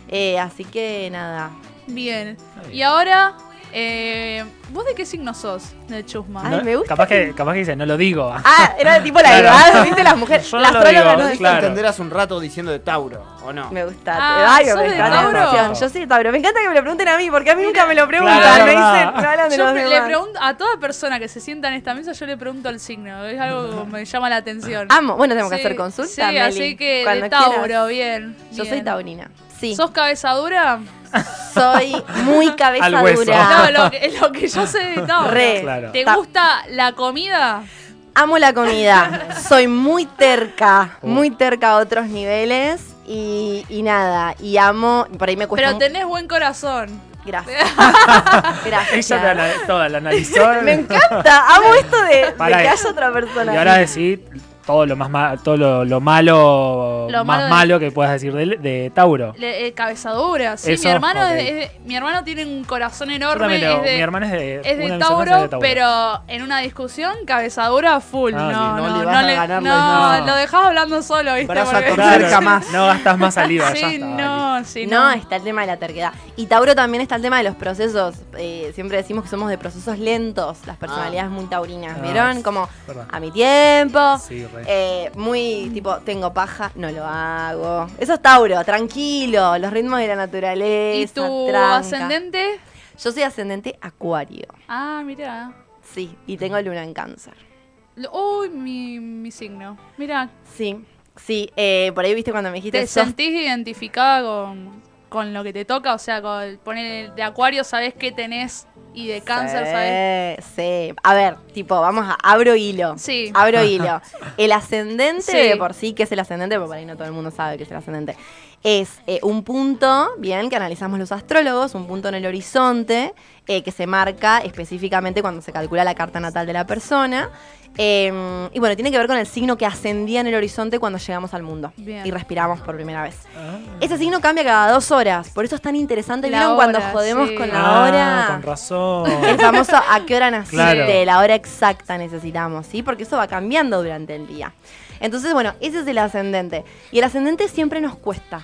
[SPEAKER 4] Eh, así que nada,
[SPEAKER 1] Bien.
[SPEAKER 3] bien.
[SPEAKER 1] Y ahora, eh, ¿vos de qué signo sos? De Chusma.
[SPEAKER 4] Ay,
[SPEAKER 3] No-
[SPEAKER 4] me gusta
[SPEAKER 3] Capaz que, capaz que dice, no lo digo.
[SPEAKER 4] Ah, era tipo la
[SPEAKER 3] Claro.
[SPEAKER 4] verdad, ¿viste? Las mujeres.
[SPEAKER 3] Yo
[SPEAKER 4] las
[SPEAKER 3] no lo
[SPEAKER 4] astrólogas
[SPEAKER 3] digo,
[SPEAKER 4] no
[SPEAKER 2] Diste a
[SPEAKER 3] claro.
[SPEAKER 2] entender hace un rato diciendo de Tauro, ¿o no?
[SPEAKER 4] Me gusta.
[SPEAKER 1] Ah,
[SPEAKER 4] Ay, me
[SPEAKER 1] ¿sos de
[SPEAKER 4] prestaron
[SPEAKER 1] Tauro?
[SPEAKER 4] atención. Yo soy de Tauro. Me encanta que me lo pregunten a mí, porque a mí nunca me lo preguntan.
[SPEAKER 3] Claro,
[SPEAKER 4] me
[SPEAKER 3] verdad.
[SPEAKER 4] dicen, me hablan de
[SPEAKER 1] Yo
[SPEAKER 4] los
[SPEAKER 1] pre- le
[SPEAKER 4] demás.
[SPEAKER 1] pregunto a toda persona que se sienta en esta mesa, yo le pregunto el signo. Es algo que me llama la atención.
[SPEAKER 4] Amo. Bueno, tenemos Ah, que
[SPEAKER 1] Sí,
[SPEAKER 4] hacer consulta.
[SPEAKER 1] Sí,
[SPEAKER 4] Meli,
[SPEAKER 1] así que
[SPEAKER 4] cuando
[SPEAKER 1] de Tauro,
[SPEAKER 4] quieras.
[SPEAKER 1] bien.
[SPEAKER 4] Yo
[SPEAKER 1] bien.
[SPEAKER 4] soy taurina. Sí.
[SPEAKER 1] ¿Sos cabeza dura?
[SPEAKER 4] Soy muy cabeza
[SPEAKER 3] Al hueso.
[SPEAKER 4] dura.
[SPEAKER 1] No, lo que, lo que yo sé de Tauro.
[SPEAKER 4] Ah. Re.
[SPEAKER 3] Claro.
[SPEAKER 1] ¿Te
[SPEAKER 4] Ta-
[SPEAKER 1] gusta la comida?
[SPEAKER 4] Amo la comida. Soy muy terca.
[SPEAKER 3] Oh.
[SPEAKER 4] Muy terca a otros niveles. Y, y nada. Y amo. Por ahí me cuesta.
[SPEAKER 1] Pero
[SPEAKER 4] mu-
[SPEAKER 1] tenés buen corazón.
[SPEAKER 4] Gracias. Gracias.
[SPEAKER 3] Ella te ana- toda la analizó.
[SPEAKER 4] Me encanta. Amo esto de, de
[SPEAKER 3] Pará.
[SPEAKER 4] que haya otra persona.
[SPEAKER 3] Y ahora decir todo lo más ma- todo lo, lo malo,
[SPEAKER 1] Lo
[SPEAKER 3] más
[SPEAKER 1] malo de-
[SPEAKER 3] malo que puedas decir de, de Tauro.
[SPEAKER 1] Le- eh, cabezadura, sí.
[SPEAKER 3] Eso,
[SPEAKER 1] mi, hermano es-
[SPEAKER 3] ok.
[SPEAKER 1] es- mi hermano tiene un corazón
[SPEAKER 3] Yo
[SPEAKER 1] enorme.
[SPEAKER 3] también lo-
[SPEAKER 1] es de,
[SPEAKER 3] mi hermana es de,
[SPEAKER 1] es de
[SPEAKER 3] una de mis hermanas
[SPEAKER 1] Tauro,
[SPEAKER 3] es de
[SPEAKER 1] pero en una discusión, cabezadura full.
[SPEAKER 3] Ah,
[SPEAKER 1] no,
[SPEAKER 2] sí,
[SPEAKER 1] no,
[SPEAKER 2] no
[SPEAKER 1] no,
[SPEAKER 2] le vas a
[SPEAKER 1] le-
[SPEAKER 2] ganar la-
[SPEAKER 1] no,
[SPEAKER 3] no.
[SPEAKER 1] lo dejás hablando solo, ¿viste?
[SPEAKER 2] Brazo a
[SPEAKER 1] Porque-
[SPEAKER 2] torcer.
[SPEAKER 3] Claro,
[SPEAKER 2] Jamás.
[SPEAKER 3] No gastas más saliva, ya
[SPEAKER 1] Sí,
[SPEAKER 3] está.
[SPEAKER 1] no, sí,
[SPEAKER 4] No,
[SPEAKER 1] no.
[SPEAKER 4] está el tema de la terquedad. Y Tauro también está el tema de los procesos. Eh, siempre decimos que somos de procesos lentos, las personalidades muy taurinas.
[SPEAKER 3] Ah,
[SPEAKER 4] ¿Vieron?
[SPEAKER 3] es
[SPEAKER 4] Como
[SPEAKER 3] verdad.
[SPEAKER 4] a mi tiempo.
[SPEAKER 3] Sí, re.
[SPEAKER 4] eh, muy tipo, tengo paja, no lo hago. Eso es Tauro, tranquilo. Los ritmos de la naturaleza.
[SPEAKER 1] ¿Y tu
[SPEAKER 4] tranca.
[SPEAKER 1] ascendente?
[SPEAKER 4] Yo soy ascendente acuario.
[SPEAKER 1] Ah, mirá.
[SPEAKER 4] Sí, y tengo luna en cáncer.
[SPEAKER 1] Lo- Uy, mi, mi signo. Mirá,
[SPEAKER 4] Sí, sí. eh, por ahí viste cuando me dijiste.
[SPEAKER 1] ¿te
[SPEAKER 4] "Sos
[SPEAKER 1] sentís identificada con, con lo que te toca? O sea, con poner de acuario sabés qué tenés y de cáncer sabés.
[SPEAKER 4] Sí. A ver, tipo, vamos a. Abro hilo.
[SPEAKER 1] Sí.
[SPEAKER 4] Abro hilo. El ascendente,
[SPEAKER 1] Sí.
[SPEAKER 4] de por sí, que es el ascendente, porque por ahí no todo el mundo sabe que es el ascendente. Es eh, un punto, bien, que analizamos los astrólogos, un punto en el horizonte, eh, que se marca específicamente cuando se calcula la carta natal de la persona. Eh, y bueno, tiene que ver con el signo que ascendía en el horizonte cuando llegamos al mundo
[SPEAKER 1] Bien.
[SPEAKER 4] y respiramos por primera vez.
[SPEAKER 3] Ah.
[SPEAKER 4] Ese signo cambia cada dos horas, por eso es tan interesante.
[SPEAKER 1] La
[SPEAKER 4] ¿Vieron cuando
[SPEAKER 1] hora,
[SPEAKER 4] jodemos
[SPEAKER 1] sí.
[SPEAKER 4] con la
[SPEAKER 3] Ah,
[SPEAKER 4] hora?
[SPEAKER 3] Con razón.
[SPEAKER 4] El famoso a qué hora naciste,
[SPEAKER 3] Claro.
[SPEAKER 4] la hora exacta necesitamos, ¿sí? Porque eso va cambiando durante el día. Entonces, bueno, ese es el ascendente. Y el ascendente siempre nos cuesta.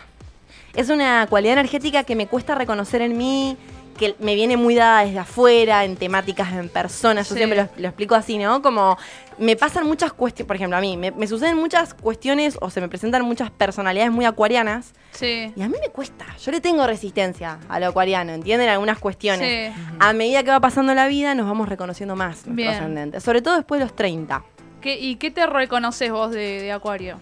[SPEAKER 4] Es una cualidad energética que me cuesta reconocer en mí, que me viene muy dada desde afuera, en temáticas, en personas. Yo
[SPEAKER 1] Sí.
[SPEAKER 4] siempre lo, lo explico así, ¿no? Como me pasan muchas cuestiones, por ejemplo, a mí, me, me suceden muchas cuestiones o se me presentan muchas personalidades muy acuarianas
[SPEAKER 1] Sí.
[SPEAKER 4] y a mí me cuesta. Yo le tengo resistencia a lo acuariano, ¿entienden? Algunas cuestiones.
[SPEAKER 1] Sí.
[SPEAKER 4] A medida que va pasando la vida, nos vamos reconociendo más nuestro
[SPEAKER 1] Bien.
[SPEAKER 4] ascendente. Sobre todo después de los 30.
[SPEAKER 1] ¿Qué- ¿Y qué te reconoces vos de, de acuario?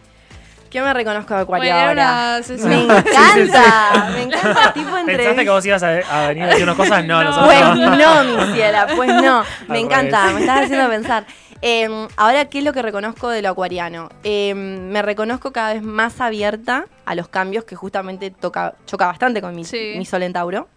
[SPEAKER 4] ¿Qué me reconozco de Acuario
[SPEAKER 1] Bueno, era
[SPEAKER 4] ahora?
[SPEAKER 1] una sesión.
[SPEAKER 4] Me encanta, me encanta. Tipo
[SPEAKER 3] ¿Pensaste que
[SPEAKER 4] entrevista.
[SPEAKER 3] vos ibas a, a venir a decir unas cosas? No,
[SPEAKER 1] No.
[SPEAKER 3] nosotros
[SPEAKER 4] Pues
[SPEAKER 3] no.
[SPEAKER 4] no, mi ciela, pues no.
[SPEAKER 3] Al
[SPEAKER 4] Me encanta,
[SPEAKER 3] revés.
[SPEAKER 4] me estás haciendo pensar. Eh, ahora, ¿qué es lo que reconozco de lo acuariano? Eh, me reconozco cada vez más abierta a los cambios que justamente toca, choca bastante con mi,
[SPEAKER 1] Sí.
[SPEAKER 4] mi sol en Tauro.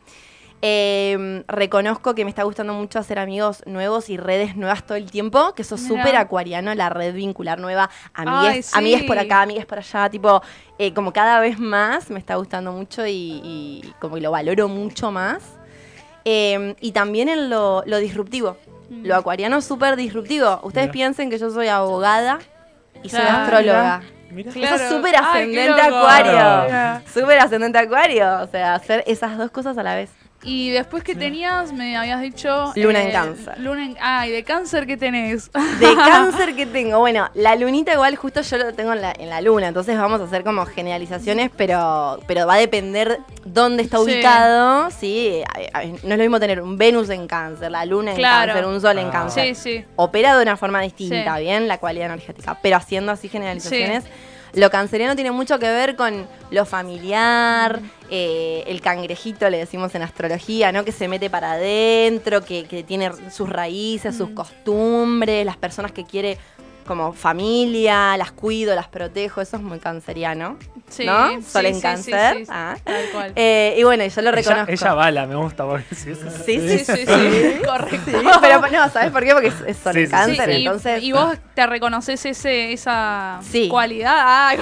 [SPEAKER 4] Eh, reconozco que me está gustando mucho hacer amigos nuevos y redes nuevas todo el tiempo, que eso es
[SPEAKER 1] Mirá.
[SPEAKER 4] súper acuariano, la red vincular nueva,
[SPEAKER 1] Ay,
[SPEAKER 4] amigues,
[SPEAKER 1] sí.
[SPEAKER 4] amigues por acá, amigues por allá, tipo, eh, como cada vez más me está gustando mucho y, y como que lo valoro mucho más. Eh, y también en lo, lo disruptivo,
[SPEAKER 1] Mm.
[SPEAKER 4] lo acuariano es súper disruptivo. Ustedes
[SPEAKER 3] Mirá.
[SPEAKER 4] piensen que yo soy abogada y soy
[SPEAKER 1] Claro.
[SPEAKER 4] astróloga.
[SPEAKER 3] Mirá.
[SPEAKER 1] Claro.
[SPEAKER 4] Eso es súper
[SPEAKER 1] Ay,
[SPEAKER 4] ascendente
[SPEAKER 1] qué loco.
[SPEAKER 4] acuario.
[SPEAKER 1] Claro.
[SPEAKER 4] Súper ascendente acuario. O sea, hacer esas dos cosas a la vez.
[SPEAKER 1] Y después que tenías, me habías dicho... eh,
[SPEAKER 4] Luna en cáncer.
[SPEAKER 1] Luna en, ah, ¿y de cáncer qué tenés?
[SPEAKER 4] De cáncer que tengo. Bueno, la lunita igual justo yo lo tengo en la, en la luna, entonces vamos a hacer como generalizaciones, pero, pero va a depender dónde está
[SPEAKER 1] Sí.
[SPEAKER 4] ubicado, ¿sí? A- a- No es lo mismo tener un Venus en cáncer, la luna en
[SPEAKER 1] Claro.
[SPEAKER 4] cáncer, un sol en
[SPEAKER 3] Ah.
[SPEAKER 4] cáncer.
[SPEAKER 1] sí, sí.
[SPEAKER 4] Operado de una forma distinta,
[SPEAKER 1] Sí.
[SPEAKER 4] ¿bien? La cualidad energética, pero haciendo así generalizaciones. Lo canceriano tiene mucho que ver con lo familiar, eh, el cangrejito, le decimos en astrología, ¿no? Que se mete para adentro, que, que tiene sus raíces, sus costumbres, las personas que quiere como familia, las cuido, las protejo, eso es muy canceriano,
[SPEAKER 1] Sí,
[SPEAKER 4] ¿no? Sol
[SPEAKER 1] sí,
[SPEAKER 4] en
[SPEAKER 1] sí,
[SPEAKER 4] cáncer.
[SPEAKER 1] sí, sí,
[SPEAKER 4] ah.
[SPEAKER 1] Tal cual.
[SPEAKER 4] Eh, y bueno, yo lo
[SPEAKER 3] Ella,
[SPEAKER 4] reconozco.
[SPEAKER 3] ella bala, me gusta. Porque sí,
[SPEAKER 4] Sí,
[SPEAKER 1] sí, sí, sí, correcto.
[SPEAKER 4] Sí, pero no, ¿sabes por qué? Porque es, es sol
[SPEAKER 3] Sí,
[SPEAKER 4] en
[SPEAKER 3] sí, sí,
[SPEAKER 4] cáncer,
[SPEAKER 1] Sí, y-
[SPEAKER 4] entonces... ah.
[SPEAKER 1] Y, vos te reconoces ese, esa
[SPEAKER 4] Sí.
[SPEAKER 1] cualidad. Ah,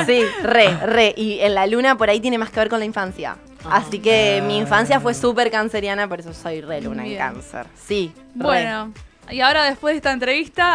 [SPEAKER 4] Sí, re, re. Y en la luna por ahí tiene más que ver con la infancia.
[SPEAKER 1] Ah.
[SPEAKER 4] Así que mi infancia fue súper canceriana, por eso soy re luna
[SPEAKER 1] Bien.
[SPEAKER 4] en cáncer. Sí. re.
[SPEAKER 1] bueno. Y ahora después de esta entrevista,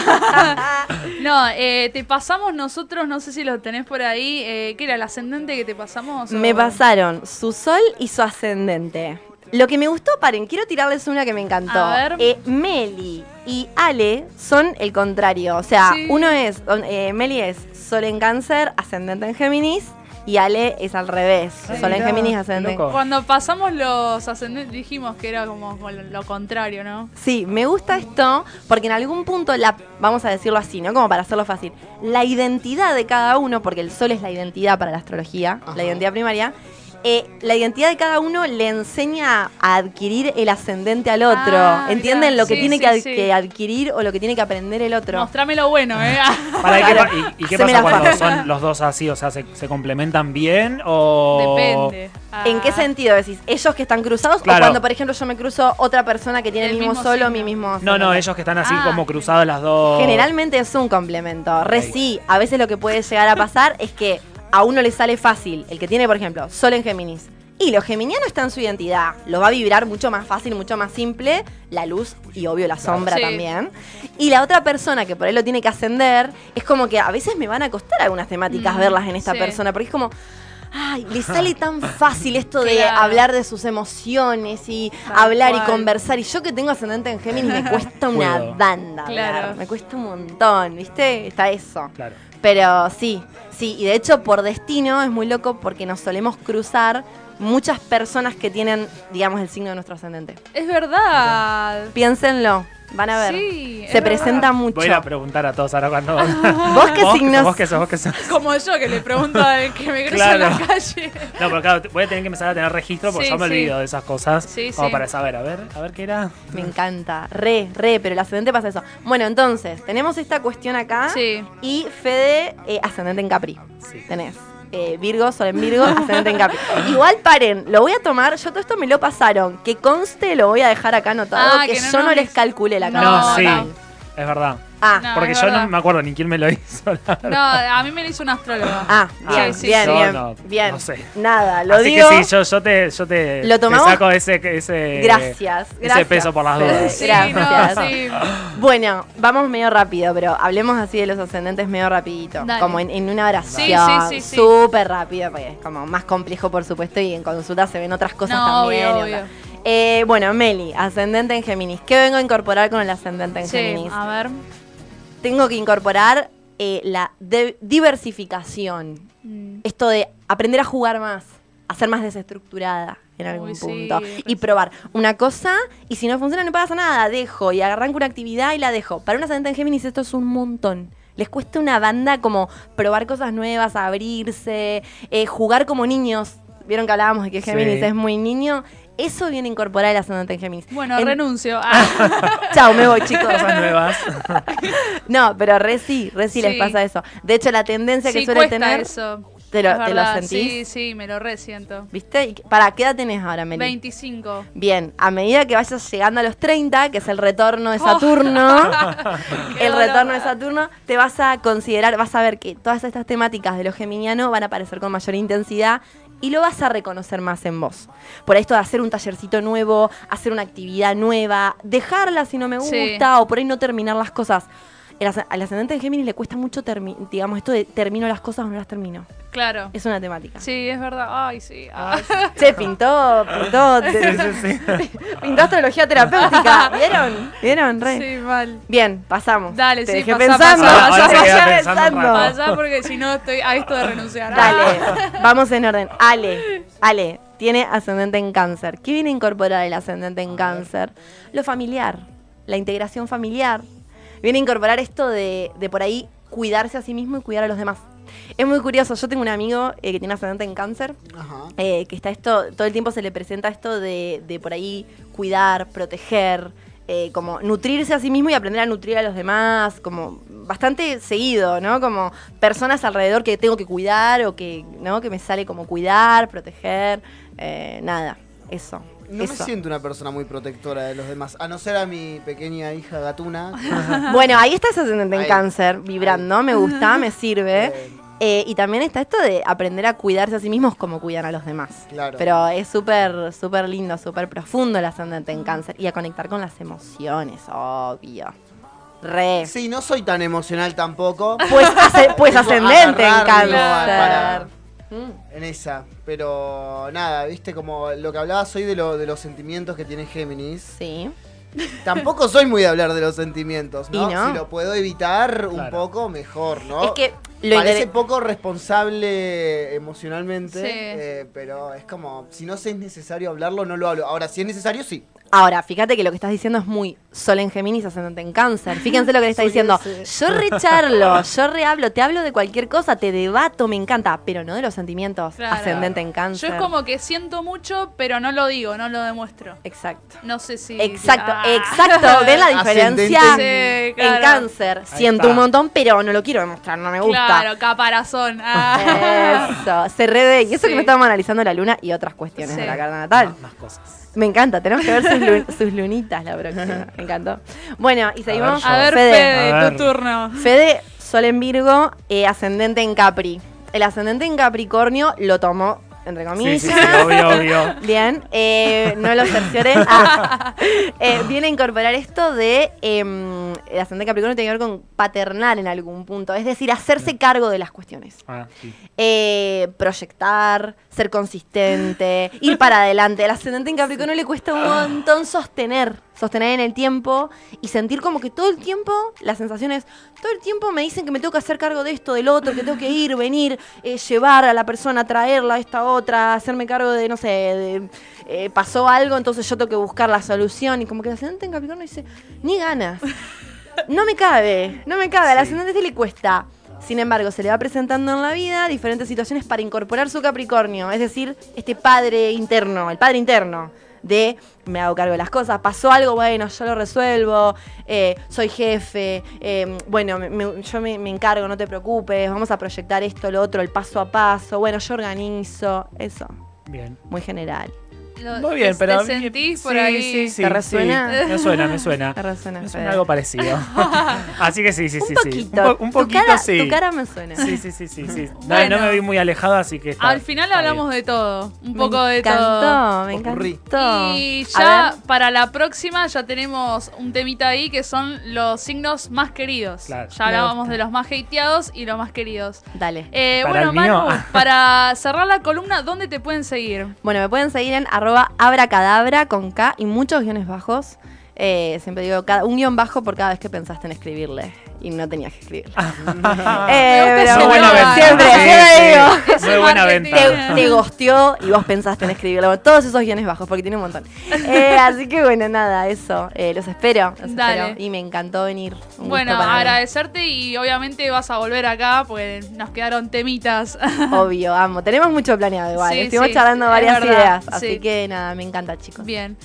[SPEAKER 1] ah, no, eh, te pasamos nosotros, no sé si lo tenés por ahí, eh, ¿qué era el ascendente que te pasamos?
[SPEAKER 4] Me
[SPEAKER 1] O-
[SPEAKER 4] pasaron su sol y su ascendente. Lo que me gustó, paren, quiero tirarles una que me encantó.
[SPEAKER 1] A ver.
[SPEAKER 4] Eh, Meli y Ale son el contrario. O sea,
[SPEAKER 1] Sí.
[SPEAKER 4] uno es, eh, Meli es sol en cáncer, ascendente en Géminis, y Ale es al revés.
[SPEAKER 3] Ay,
[SPEAKER 4] sol en
[SPEAKER 3] mirá,
[SPEAKER 4] Géminis,
[SPEAKER 3] qué
[SPEAKER 4] ascendente.
[SPEAKER 3] loco.
[SPEAKER 1] Cuando pasamos los ascendentes dijimos que era como lo, lo contrario, ¿no?
[SPEAKER 4] Sí, me gusta esto porque en algún punto, la, vamos a decirlo así, ¿no? Como para hacerlo fácil. La identidad de cada uno, porque el sol es la identidad para la astrología,
[SPEAKER 2] Ajá.
[SPEAKER 4] la identidad primaria, eh, la identidad de cada uno le enseña a adquirir el ascendente al otro.
[SPEAKER 1] Ah,
[SPEAKER 4] ¿Entienden
[SPEAKER 1] mirá,
[SPEAKER 4] lo que
[SPEAKER 1] sí,
[SPEAKER 4] tiene
[SPEAKER 1] sí,
[SPEAKER 4] que, ad-
[SPEAKER 1] sí.
[SPEAKER 4] que adquirir o lo que tiene que aprender el otro? Ah.
[SPEAKER 1] Mostrame lo bueno, ¿eh?
[SPEAKER 3] Para, ¿y qué
[SPEAKER 4] Claro.
[SPEAKER 3] pa- ¿Y, y qué
[SPEAKER 4] Haceme
[SPEAKER 3] pasa
[SPEAKER 4] la
[SPEAKER 3] cuando
[SPEAKER 4] fama.
[SPEAKER 3] son los dos así? O sea, ¿se, se complementan bien o...?
[SPEAKER 1] Depende. Ah.
[SPEAKER 4] Oh. ¿En qué sentido decís? ¿Ellos que están cruzados o
[SPEAKER 3] Claro.
[SPEAKER 4] cuando, por ejemplo, yo me cruzo otra persona que tiene el,
[SPEAKER 1] El
[SPEAKER 4] mismo,
[SPEAKER 1] mismo
[SPEAKER 4] solo,
[SPEAKER 1] signo.
[SPEAKER 4] mi mismo
[SPEAKER 3] No, no,
[SPEAKER 4] ascendente?
[SPEAKER 3] ellos que están así
[SPEAKER 1] Ah.
[SPEAKER 3] como cruzadas las dos.
[SPEAKER 4] Generalmente es un complemento. Re
[SPEAKER 3] Ok.
[SPEAKER 4] sí, a veces lo que puede llegar a pasar es que a uno le sale fácil. El que tiene, por ejemplo, Sol en Géminis. Y lo geminiano está en su identidad. Lo va a vibrar mucho más fácil, mucho más simple. La luz y obvio la sombra
[SPEAKER 1] Sí.
[SPEAKER 4] también. Y la otra persona que por ahí lo tiene que ascender, es como que a veces me van a costar algunas temáticas
[SPEAKER 1] Mm,
[SPEAKER 4] verlas en esta
[SPEAKER 1] sí.
[SPEAKER 4] persona. Porque es como, ay, le sale tan fácil esto de
[SPEAKER 1] Claro.
[SPEAKER 4] hablar de sus emociones y
[SPEAKER 1] Tal
[SPEAKER 4] hablar y
[SPEAKER 1] cual.
[SPEAKER 4] conversar. Y yo que tengo ascendente en Géminis me cuesta una
[SPEAKER 3] Puedo.
[SPEAKER 4] banda
[SPEAKER 1] Claro.
[SPEAKER 4] hablar. Me cuesta un montón, ¿viste? Está eso.
[SPEAKER 3] Claro.
[SPEAKER 4] Pero sí, sí. Y de hecho, por destino es muy loco porque nos solemos cruzar muchas personas que tienen, digamos, el signo de nuestro ascendente.
[SPEAKER 1] Es verdad.
[SPEAKER 4] Piénsenlo, van a ver.
[SPEAKER 1] Sí, es
[SPEAKER 4] Se
[SPEAKER 1] verdad.
[SPEAKER 4] presenta mucho.
[SPEAKER 3] Voy a ir a preguntar a todos ahora cuando...
[SPEAKER 4] ¿Vos qué signos?
[SPEAKER 3] Ah. Vos qué sos, vos qué sos.
[SPEAKER 1] Como yo que le pregunto al que me cruza en la
[SPEAKER 3] Claro.
[SPEAKER 1] calle.
[SPEAKER 3] No, pero claro, voy a tener que empezar a tener registro porque
[SPEAKER 1] Sí,
[SPEAKER 3] yo me
[SPEAKER 1] sí.
[SPEAKER 3] olvido de esas cosas.
[SPEAKER 1] Sí,
[SPEAKER 3] como
[SPEAKER 1] sí.
[SPEAKER 3] para saber, a ver, a ver qué era.
[SPEAKER 4] Me encanta. Re, re, pero el ascendente pasa eso. Bueno, entonces, tenemos esta cuestión acá.
[SPEAKER 1] Sí.
[SPEAKER 4] Y Fede, eh, ascendente en Capri.
[SPEAKER 3] Sí.
[SPEAKER 4] Tenés. eh, Virgo, Sol en Virgo, ascendente en Capri. Igual paren, lo voy a tomar. Yo todo esto me lo pasaron. Que conste, lo voy a dejar acá anotado.
[SPEAKER 1] Ah,
[SPEAKER 4] que,
[SPEAKER 1] que no
[SPEAKER 4] yo no
[SPEAKER 1] nos-
[SPEAKER 4] les calculé la
[SPEAKER 1] No,
[SPEAKER 4] carga
[SPEAKER 3] sí,
[SPEAKER 4] total.
[SPEAKER 3] es verdad.
[SPEAKER 4] Ah,
[SPEAKER 1] No,
[SPEAKER 3] porque
[SPEAKER 1] es
[SPEAKER 3] yo
[SPEAKER 1] verdad.
[SPEAKER 3] no me acuerdo ni quién me lo hizo. la verdad.
[SPEAKER 1] No, a mí me lo hizo un astrólogo.
[SPEAKER 4] ah,
[SPEAKER 1] Sí,
[SPEAKER 4] bien,
[SPEAKER 1] sí,
[SPEAKER 4] bien,
[SPEAKER 1] sí.
[SPEAKER 3] Yo
[SPEAKER 4] bien.
[SPEAKER 3] no,
[SPEAKER 4] bien.
[SPEAKER 3] no sé.
[SPEAKER 4] Nada, lo
[SPEAKER 3] Así
[SPEAKER 4] digo.
[SPEAKER 3] que sí, yo, yo te, yo te,
[SPEAKER 4] ¿Lo
[SPEAKER 3] te
[SPEAKER 4] tomamos?
[SPEAKER 3] saco ese, ese,
[SPEAKER 4] Gracias,
[SPEAKER 3] ese
[SPEAKER 4] gracias.
[SPEAKER 3] peso por las dudas.
[SPEAKER 1] Sí,
[SPEAKER 4] Gracias.
[SPEAKER 1] no, sí.
[SPEAKER 4] Bueno, vamos medio rápido, pero hablemos así de los ascendentes medio rapidito.
[SPEAKER 1] Dale.
[SPEAKER 4] Como en, en una
[SPEAKER 1] Sí,
[SPEAKER 4] oración.
[SPEAKER 1] sí, sí, sí.
[SPEAKER 4] Súper rápido, porque es como más complejo, por supuesto, y en consulta se ven otras cosas
[SPEAKER 1] No,
[SPEAKER 4] también.
[SPEAKER 1] obvio,
[SPEAKER 4] y onda.
[SPEAKER 1] obvio.
[SPEAKER 4] Eh, bueno, Meli, ascendente en Géminis. ¿Qué vengo a incorporar con el ascendente en
[SPEAKER 1] Sí,
[SPEAKER 4] Géminis?
[SPEAKER 1] a ver.
[SPEAKER 4] Tengo que incorporar eh, la de- diversificación.
[SPEAKER 1] Mm.
[SPEAKER 4] Esto de aprender a jugar más, a ser más desestructurada en algún
[SPEAKER 1] Uy, sí,
[SPEAKER 4] punto.
[SPEAKER 1] me
[SPEAKER 4] Y
[SPEAKER 1] parece.
[SPEAKER 4] probar una cosa y si no funciona no pasa nada, dejo y arranco una actividad y la dejo. Para una ascendente en Géminis esto es un montón. Les cuesta una banda como probar cosas nuevas, abrirse, eh, jugar como niños. Vieron que hablábamos de que
[SPEAKER 3] Sí.
[SPEAKER 4] Géminis es muy niño. Eso viene a incorporar el ascendente en Géminis.
[SPEAKER 1] Bueno,
[SPEAKER 4] En-
[SPEAKER 1] renuncio. Ah,
[SPEAKER 4] Chao, me voy, chicos.
[SPEAKER 3] Cosas nuevas.
[SPEAKER 4] No, pero re sí, re sí, les
[SPEAKER 1] Sí.
[SPEAKER 4] pasa eso. De hecho, la tendencia que
[SPEAKER 1] sí,
[SPEAKER 4] suele
[SPEAKER 1] cuesta
[SPEAKER 4] tener.
[SPEAKER 1] eso.
[SPEAKER 4] ¿Te lo-
[SPEAKER 1] Es
[SPEAKER 4] te lo
[SPEAKER 1] verdad,
[SPEAKER 4] sentís?
[SPEAKER 1] Sí, sí, me lo resiento.
[SPEAKER 4] ¿Viste? ¿Y qué- ¿Para qué edad tenés ahora, Meli?
[SPEAKER 1] 25.
[SPEAKER 4] Bien, a medida que vayas llegando a los 30, que es el retorno de
[SPEAKER 1] Oh.
[SPEAKER 4] Saturno,
[SPEAKER 1] Qué
[SPEAKER 4] el
[SPEAKER 1] dolor.
[SPEAKER 4] retorno de Saturno, te vas a considerar, vas a ver que todas estas temáticas de lo geminiano van a aparecer con mayor intensidad y lo vas a reconocer más en vos. Por esto de hacer un tallercito nuevo, hacer una actividad nueva, dejarla si no me gusta
[SPEAKER 1] Sí.
[SPEAKER 4] o por ahí no terminar las cosas. El as- al ascendente en Géminis le cuesta mucho, termi- digamos, esto de termino las cosas o no las termino.
[SPEAKER 1] Claro.
[SPEAKER 4] Es una temática.
[SPEAKER 1] Sí, es verdad. Ay, sí. Ah.
[SPEAKER 4] Che, pintó, pintó.
[SPEAKER 3] Sí, sí, sí.
[SPEAKER 4] Pintó astrología terapéutica. ¿Vieron? ¿Vieron? Re.
[SPEAKER 1] Ah, Sí, mal.
[SPEAKER 4] Bien, pasamos.
[SPEAKER 1] Dale,
[SPEAKER 4] Te
[SPEAKER 1] sí,
[SPEAKER 4] dejé
[SPEAKER 1] pasá,
[SPEAKER 4] pensando.
[SPEAKER 1] pasá, Ahora- pasá, ahora
[SPEAKER 4] Te
[SPEAKER 1] se
[SPEAKER 4] dejé
[SPEAKER 3] queda pensando un
[SPEAKER 4] pensando.
[SPEAKER 3] rato.
[SPEAKER 1] Allá porque si no estoy a esto de renunciar. Ah.
[SPEAKER 4] Oh. Dale, vamos en orden. Ale, Ale, tiene ascendente en cáncer. ¿Qué viene a incorporar el ascendente en cáncer? Lo familiar, la integración familiar. Viene a incorporar esto de, de por ahí cuidarse a sí mismo y cuidar a los demás. Es muy curioso, yo tengo un amigo eh, que tiene ascendente en cáncer
[SPEAKER 2] Ajá.
[SPEAKER 4] eh, que está esto, todo el tiempo se le presenta esto de, de por ahí cuidar, proteger, eh, como nutrirse a sí mismo y aprender a nutrir a los demás, como bastante seguido, ¿no? Como personas alrededor que tengo que cuidar o que, ¿no? Que me sale como cuidar, proteger, eh, nada, eso.
[SPEAKER 2] No me
[SPEAKER 4] eso.
[SPEAKER 2] siento una persona muy protectora de los demás, a no ser a mi pequeña hija gatuna.
[SPEAKER 4] Bueno, ahí está ese ascendente en
[SPEAKER 2] Ahí.
[SPEAKER 4] cáncer, vibrando, me gusta, me sirve.
[SPEAKER 2] Bien.
[SPEAKER 4] Eh, y también está esto de aprender a cuidarse a sí mismos como cuidan a los demás.
[SPEAKER 2] Claro.
[SPEAKER 4] Pero es súper, súper lindo, súper profundo el ascendente en cáncer. Y a conectar con las emociones, obvio. Re.
[SPEAKER 2] Sí, no soy tan emocional tampoco.
[SPEAKER 4] Pues, ase- pues
[SPEAKER 2] Tipo,
[SPEAKER 4] ascendente en
[SPEAKER 2] agarrarlo
[SPEAKER 4] cáncer.
[SPEAKER 2] para- En esa, pero nada, viste como lo que hablabas hoy de, lo, de los sentimientos que tiene Géminis.
[SPEAKER 4] Sí.
[SPEAKER 2] Tampoco soy muy de hablar de los sentimientos, ¿no?
[SPEAKER 4] Y no.
[SPEAKER 2] Si lo puedo evitar un
[SPEAKER 3] Claro.
[SPEAKER 2] poco, mejor, ¿no?
[SPEAKER 4] Es que Lo
[SPEAKER 2] Oh, Parece
[SPEAKER 4] inter-
[SPEAKER 2] poco responsable emocionalmente,
[SPEAKER 1] Sí.
[SPEAKER 2] eh, pero es como, si no sé es necesario hablarlo, no lo hablo. Ahora, si es necesario, sí.
[SPEAKER 4] Ahora, fíjate que lo que estás diciendo es muy sol en Géminis, ascendente en cáncer. Fíjense lo que le está
[SPEAKER 2] Soy
[SPEAKER 4] diciendo.
[SPEAKER 2] ese.
[SPEAKER 4] Yo recharlo, yo rehablo, te hablo de cualquier cosa, te debato, me encanta, pero no de los sentimientos.
[SPEAKER 1] Claro.
[SPEAKER 4] Ascendente en cáncer.
[SPEAKER 1] Yo es como que siento mucho, pero no lo digo, no lo demuestro.
[SPEAKER 4] Exacto.
[SPEAKER 1] No sé si.
[SPEAKER 4] Exacto,
[SPEAKER 1] Ah.
[SPEAKER 4] exacto. ¿Ven la
[SPEAKER 2] Ascendente
[SPEAKER 4] diferencia?
[SPEAKER 1] en- Sí,
[SPEAKER 4] En
[SPEAKER 1] claro.
[SPEAKER 4] cáncer. Siento
[SPEAKER 3] está.
[SPEAKER 4] un montón, pero no lo quiero demostrar, no me gusta.
[SPEAKER 1] Claro, caparazón. Ah.
[SPEAKER 4] Eso, se rede. Y eso
[SPEAKER 1] Sí.
[SPEAKER 4] que no estamos analizando la luna y otras cuestiones
[SPEAKER 1] Sí.
[SPEAKER 4] de la carta natal.
[SPEAKER 3] Más cosas.
[SPEAKER 4] Me encanta, tenemos que ver sus, lu- sus lunitas la próxima. Me encantó. Bueno, y seguimos.
[SPEAKER 3] yo.
[SPEAKER 1] A ver,
[SPEAKER 4] Fede.
[SPEAKER 1] Fede,
[SPEAKER 3] A ver.
[SPEAKER 1] tu turno.
[SPEAKER 4] Fede, Sol en Virgo, eh, ascendente en Capri. El ascendente en Capricornio lo tomó, entre
[SPEAKER 3] Sí,
[SPEAKER 4] comillas.
[SPEAKER 3] sí, sí, obvio, obvio.
[SPEAKER 4] Bien, eh, no lo cercioré. Ah. Eh, viene a incorporar esto de em, el ascendente Capricornio tiene que ver con paternal en algún punto, es decir,
[SPEAKER 3] Mm.
[SPEAKER 4] hacerse cargo de las cuestiones.
[SPEAKER 3] Ah, sí.
[SPEAKER 4] Eh, proyectar, ser consistente, ir para adelante. Al ascendente en Capricornio le cuesta un montón sostener, sostener en el tiempo y sentir como que todo el tiempo, la sensación es, todo el tiempo me dicen que me tengo que hacer cargo de esto, del otro, que tengo que ir, venir, eh, llevar a la persona, traerla a esta otra, hacerme cargo de, no sé, de, eh, pasó algo, entonces yo tengo que buscar la solución. Y como que el ascendente en Capricornio dice, ni ganas. No me cabe, no me cabe, al
[SPEAKER 3] Sí.
[SPEAKER 4] ascendente sí le cuesta. Sin embargo, se le va presentando en la vida diferentes situaciones para incorporar su Capricornio, es decir, este padre interno, el padre interno de me hago cargo de las cosas, pasó algo, bueno, yo lo resuelvo, eh, soy jefe, eh, bueno, me- me- yo me, me encargo, no te preocupes, vamos a proyectar esto, lo otro, el paso a paso, bueno, yo organizo, eso,
[SPEAKER 3] Bien.
[SPEAKER 4] muy general.
[SPEAKER 1] Lo-
[SPEAKER 3] Muy bien,
[SPEAKER 1] te-
[SPEAKER 3] pero.
[SPEAKER 1] ¿Te sentís por
[SPEAKER 3] sí,
[SPEAKER 1] ahí?
[SPEAKER 3] Sí, sí,
[SPEAKER 4] ¿Te resuena?
[SPEAKER 3] sí. Me suena, me suena.
[SPEAKER 4] Te resuena,
[SPEAKER 3] Ah, Me
[SPEAKER 4] Fede.
[SPEAKER 3] suena algo parecido. Así que sí, sí,
[SPEAKER 4] un
[SPEAKER 3] sí. sí.
[SPEAKER 4] poquito,
[SPEAKER 3] Un, po- un poquito,
[SPEAKER 4] tu cara,
[SPEAKER 3] sí.
[SPEAKER 4] Tu cara me suena.
[SPEAKER 3] Sí, sí, sí, sí. sí. No,
[SPEAKER 1] Bueno.
[SPEAKER 3] no me vi muy alejado, así que. está-
[SPEAKER 1] Al final
[SPEAKER 3] está
[SPEAKER 1] hablamos
[SPEAKER 3] bien.
[SPEAKER 1] de todo, un
[SPEAKER 4] Me
[SPEAKER 1] poco de todo.
[SPEAKER 4] encantó, Me
[SPEAKER 2] Popurrí.
[SPEAKER 4] encantó.
[SPEAKER 1] Y
[SPEAKER 4] A
[SPEAKER 1] ya
[SPEAKER 4] ver.
[SPEAKER 1] para la próxima ya tenemos un temita ahí que son los signos más queridos.
[SPEAKER 3] Claro.
[SPEAKER 1] Ya
[SPEAKER 4] Me
[SPEAKER 1] hablábamos
[SPEAKER 4] gusta.
[SPEAKER 1] de los más hateados y los más queridos.
[SPEAKER 4] Dale.
[SPEAKER 1] Eh,
[SPEAKER 3] Para
[SPEAKER 1] bueno,
[SPEAKER 3] el mío.
[SPEAKER 1] Manu, para cerrar la columna, ¿dónde te pueden seguir?
[SPEAKER 4] Bueno, me pueden seguir en arroba abracadabra con K y muchos guiones bajos. Eh, siempre digo cada- un guión bajo por cada vez que pensaste en escribirle y no tenías que escribirle. Eh,
[SPEAKER 1] Me gusta
[SPEAKER 4] pero
[SPEAKER 1] ese
[SPEAKER 3] Muy buena
[SPEAKER 1] bueno,
[SPEAKER 3] venta.
[SPEAKER 4] siempre,
[SPEAKER 3] Ah. Sí,
[SPEAKER 4] siempre digo.
[SPEAKER 3] sí.
[SPEAKER 1] Es
[SPEAKER 3] Muy
[SPEAKER 1] un
[SPEAKER 3] buena
[SPEAKER 1] marketing.
[SPEAKER 3] venta.
[SPEAKER 4] te, te gosteó y vos pensaste en escribirlo. Bueno, todos esos guiones bajos, porque tiene un montón. Eh, así que bueno, nada, eso. Eh, los espero. los
[SPEAKER 1] Dale.
[SPEAKER 4] espero. Y me encantó venir. Un gusto
[SPEAKER 1] Bueno,
[SPEAKER 4] para mí.
[SPEAKER 1] agradecerte y obviamente vas a volver acá porque nos quedaron temitas.
[SPEAKER 4] Obvio, amo. Tenemos mucho planeado igual.
[SPEAKER 1] Sí,
[SPEAKER 4] Estuvimos
[SPEAKER 1] sí,
[SPEAKER 4] charlando
[SPEAKER 1] es
[SPEAKER 4] varias
[SPEAKER 1] verdad,
[SPEAKER 4] ideas.
[SPEAKER 1] sí.
[SPEAKER 4] Así que nada, me encanta, chicos.
[SPEAKER 1] Bien.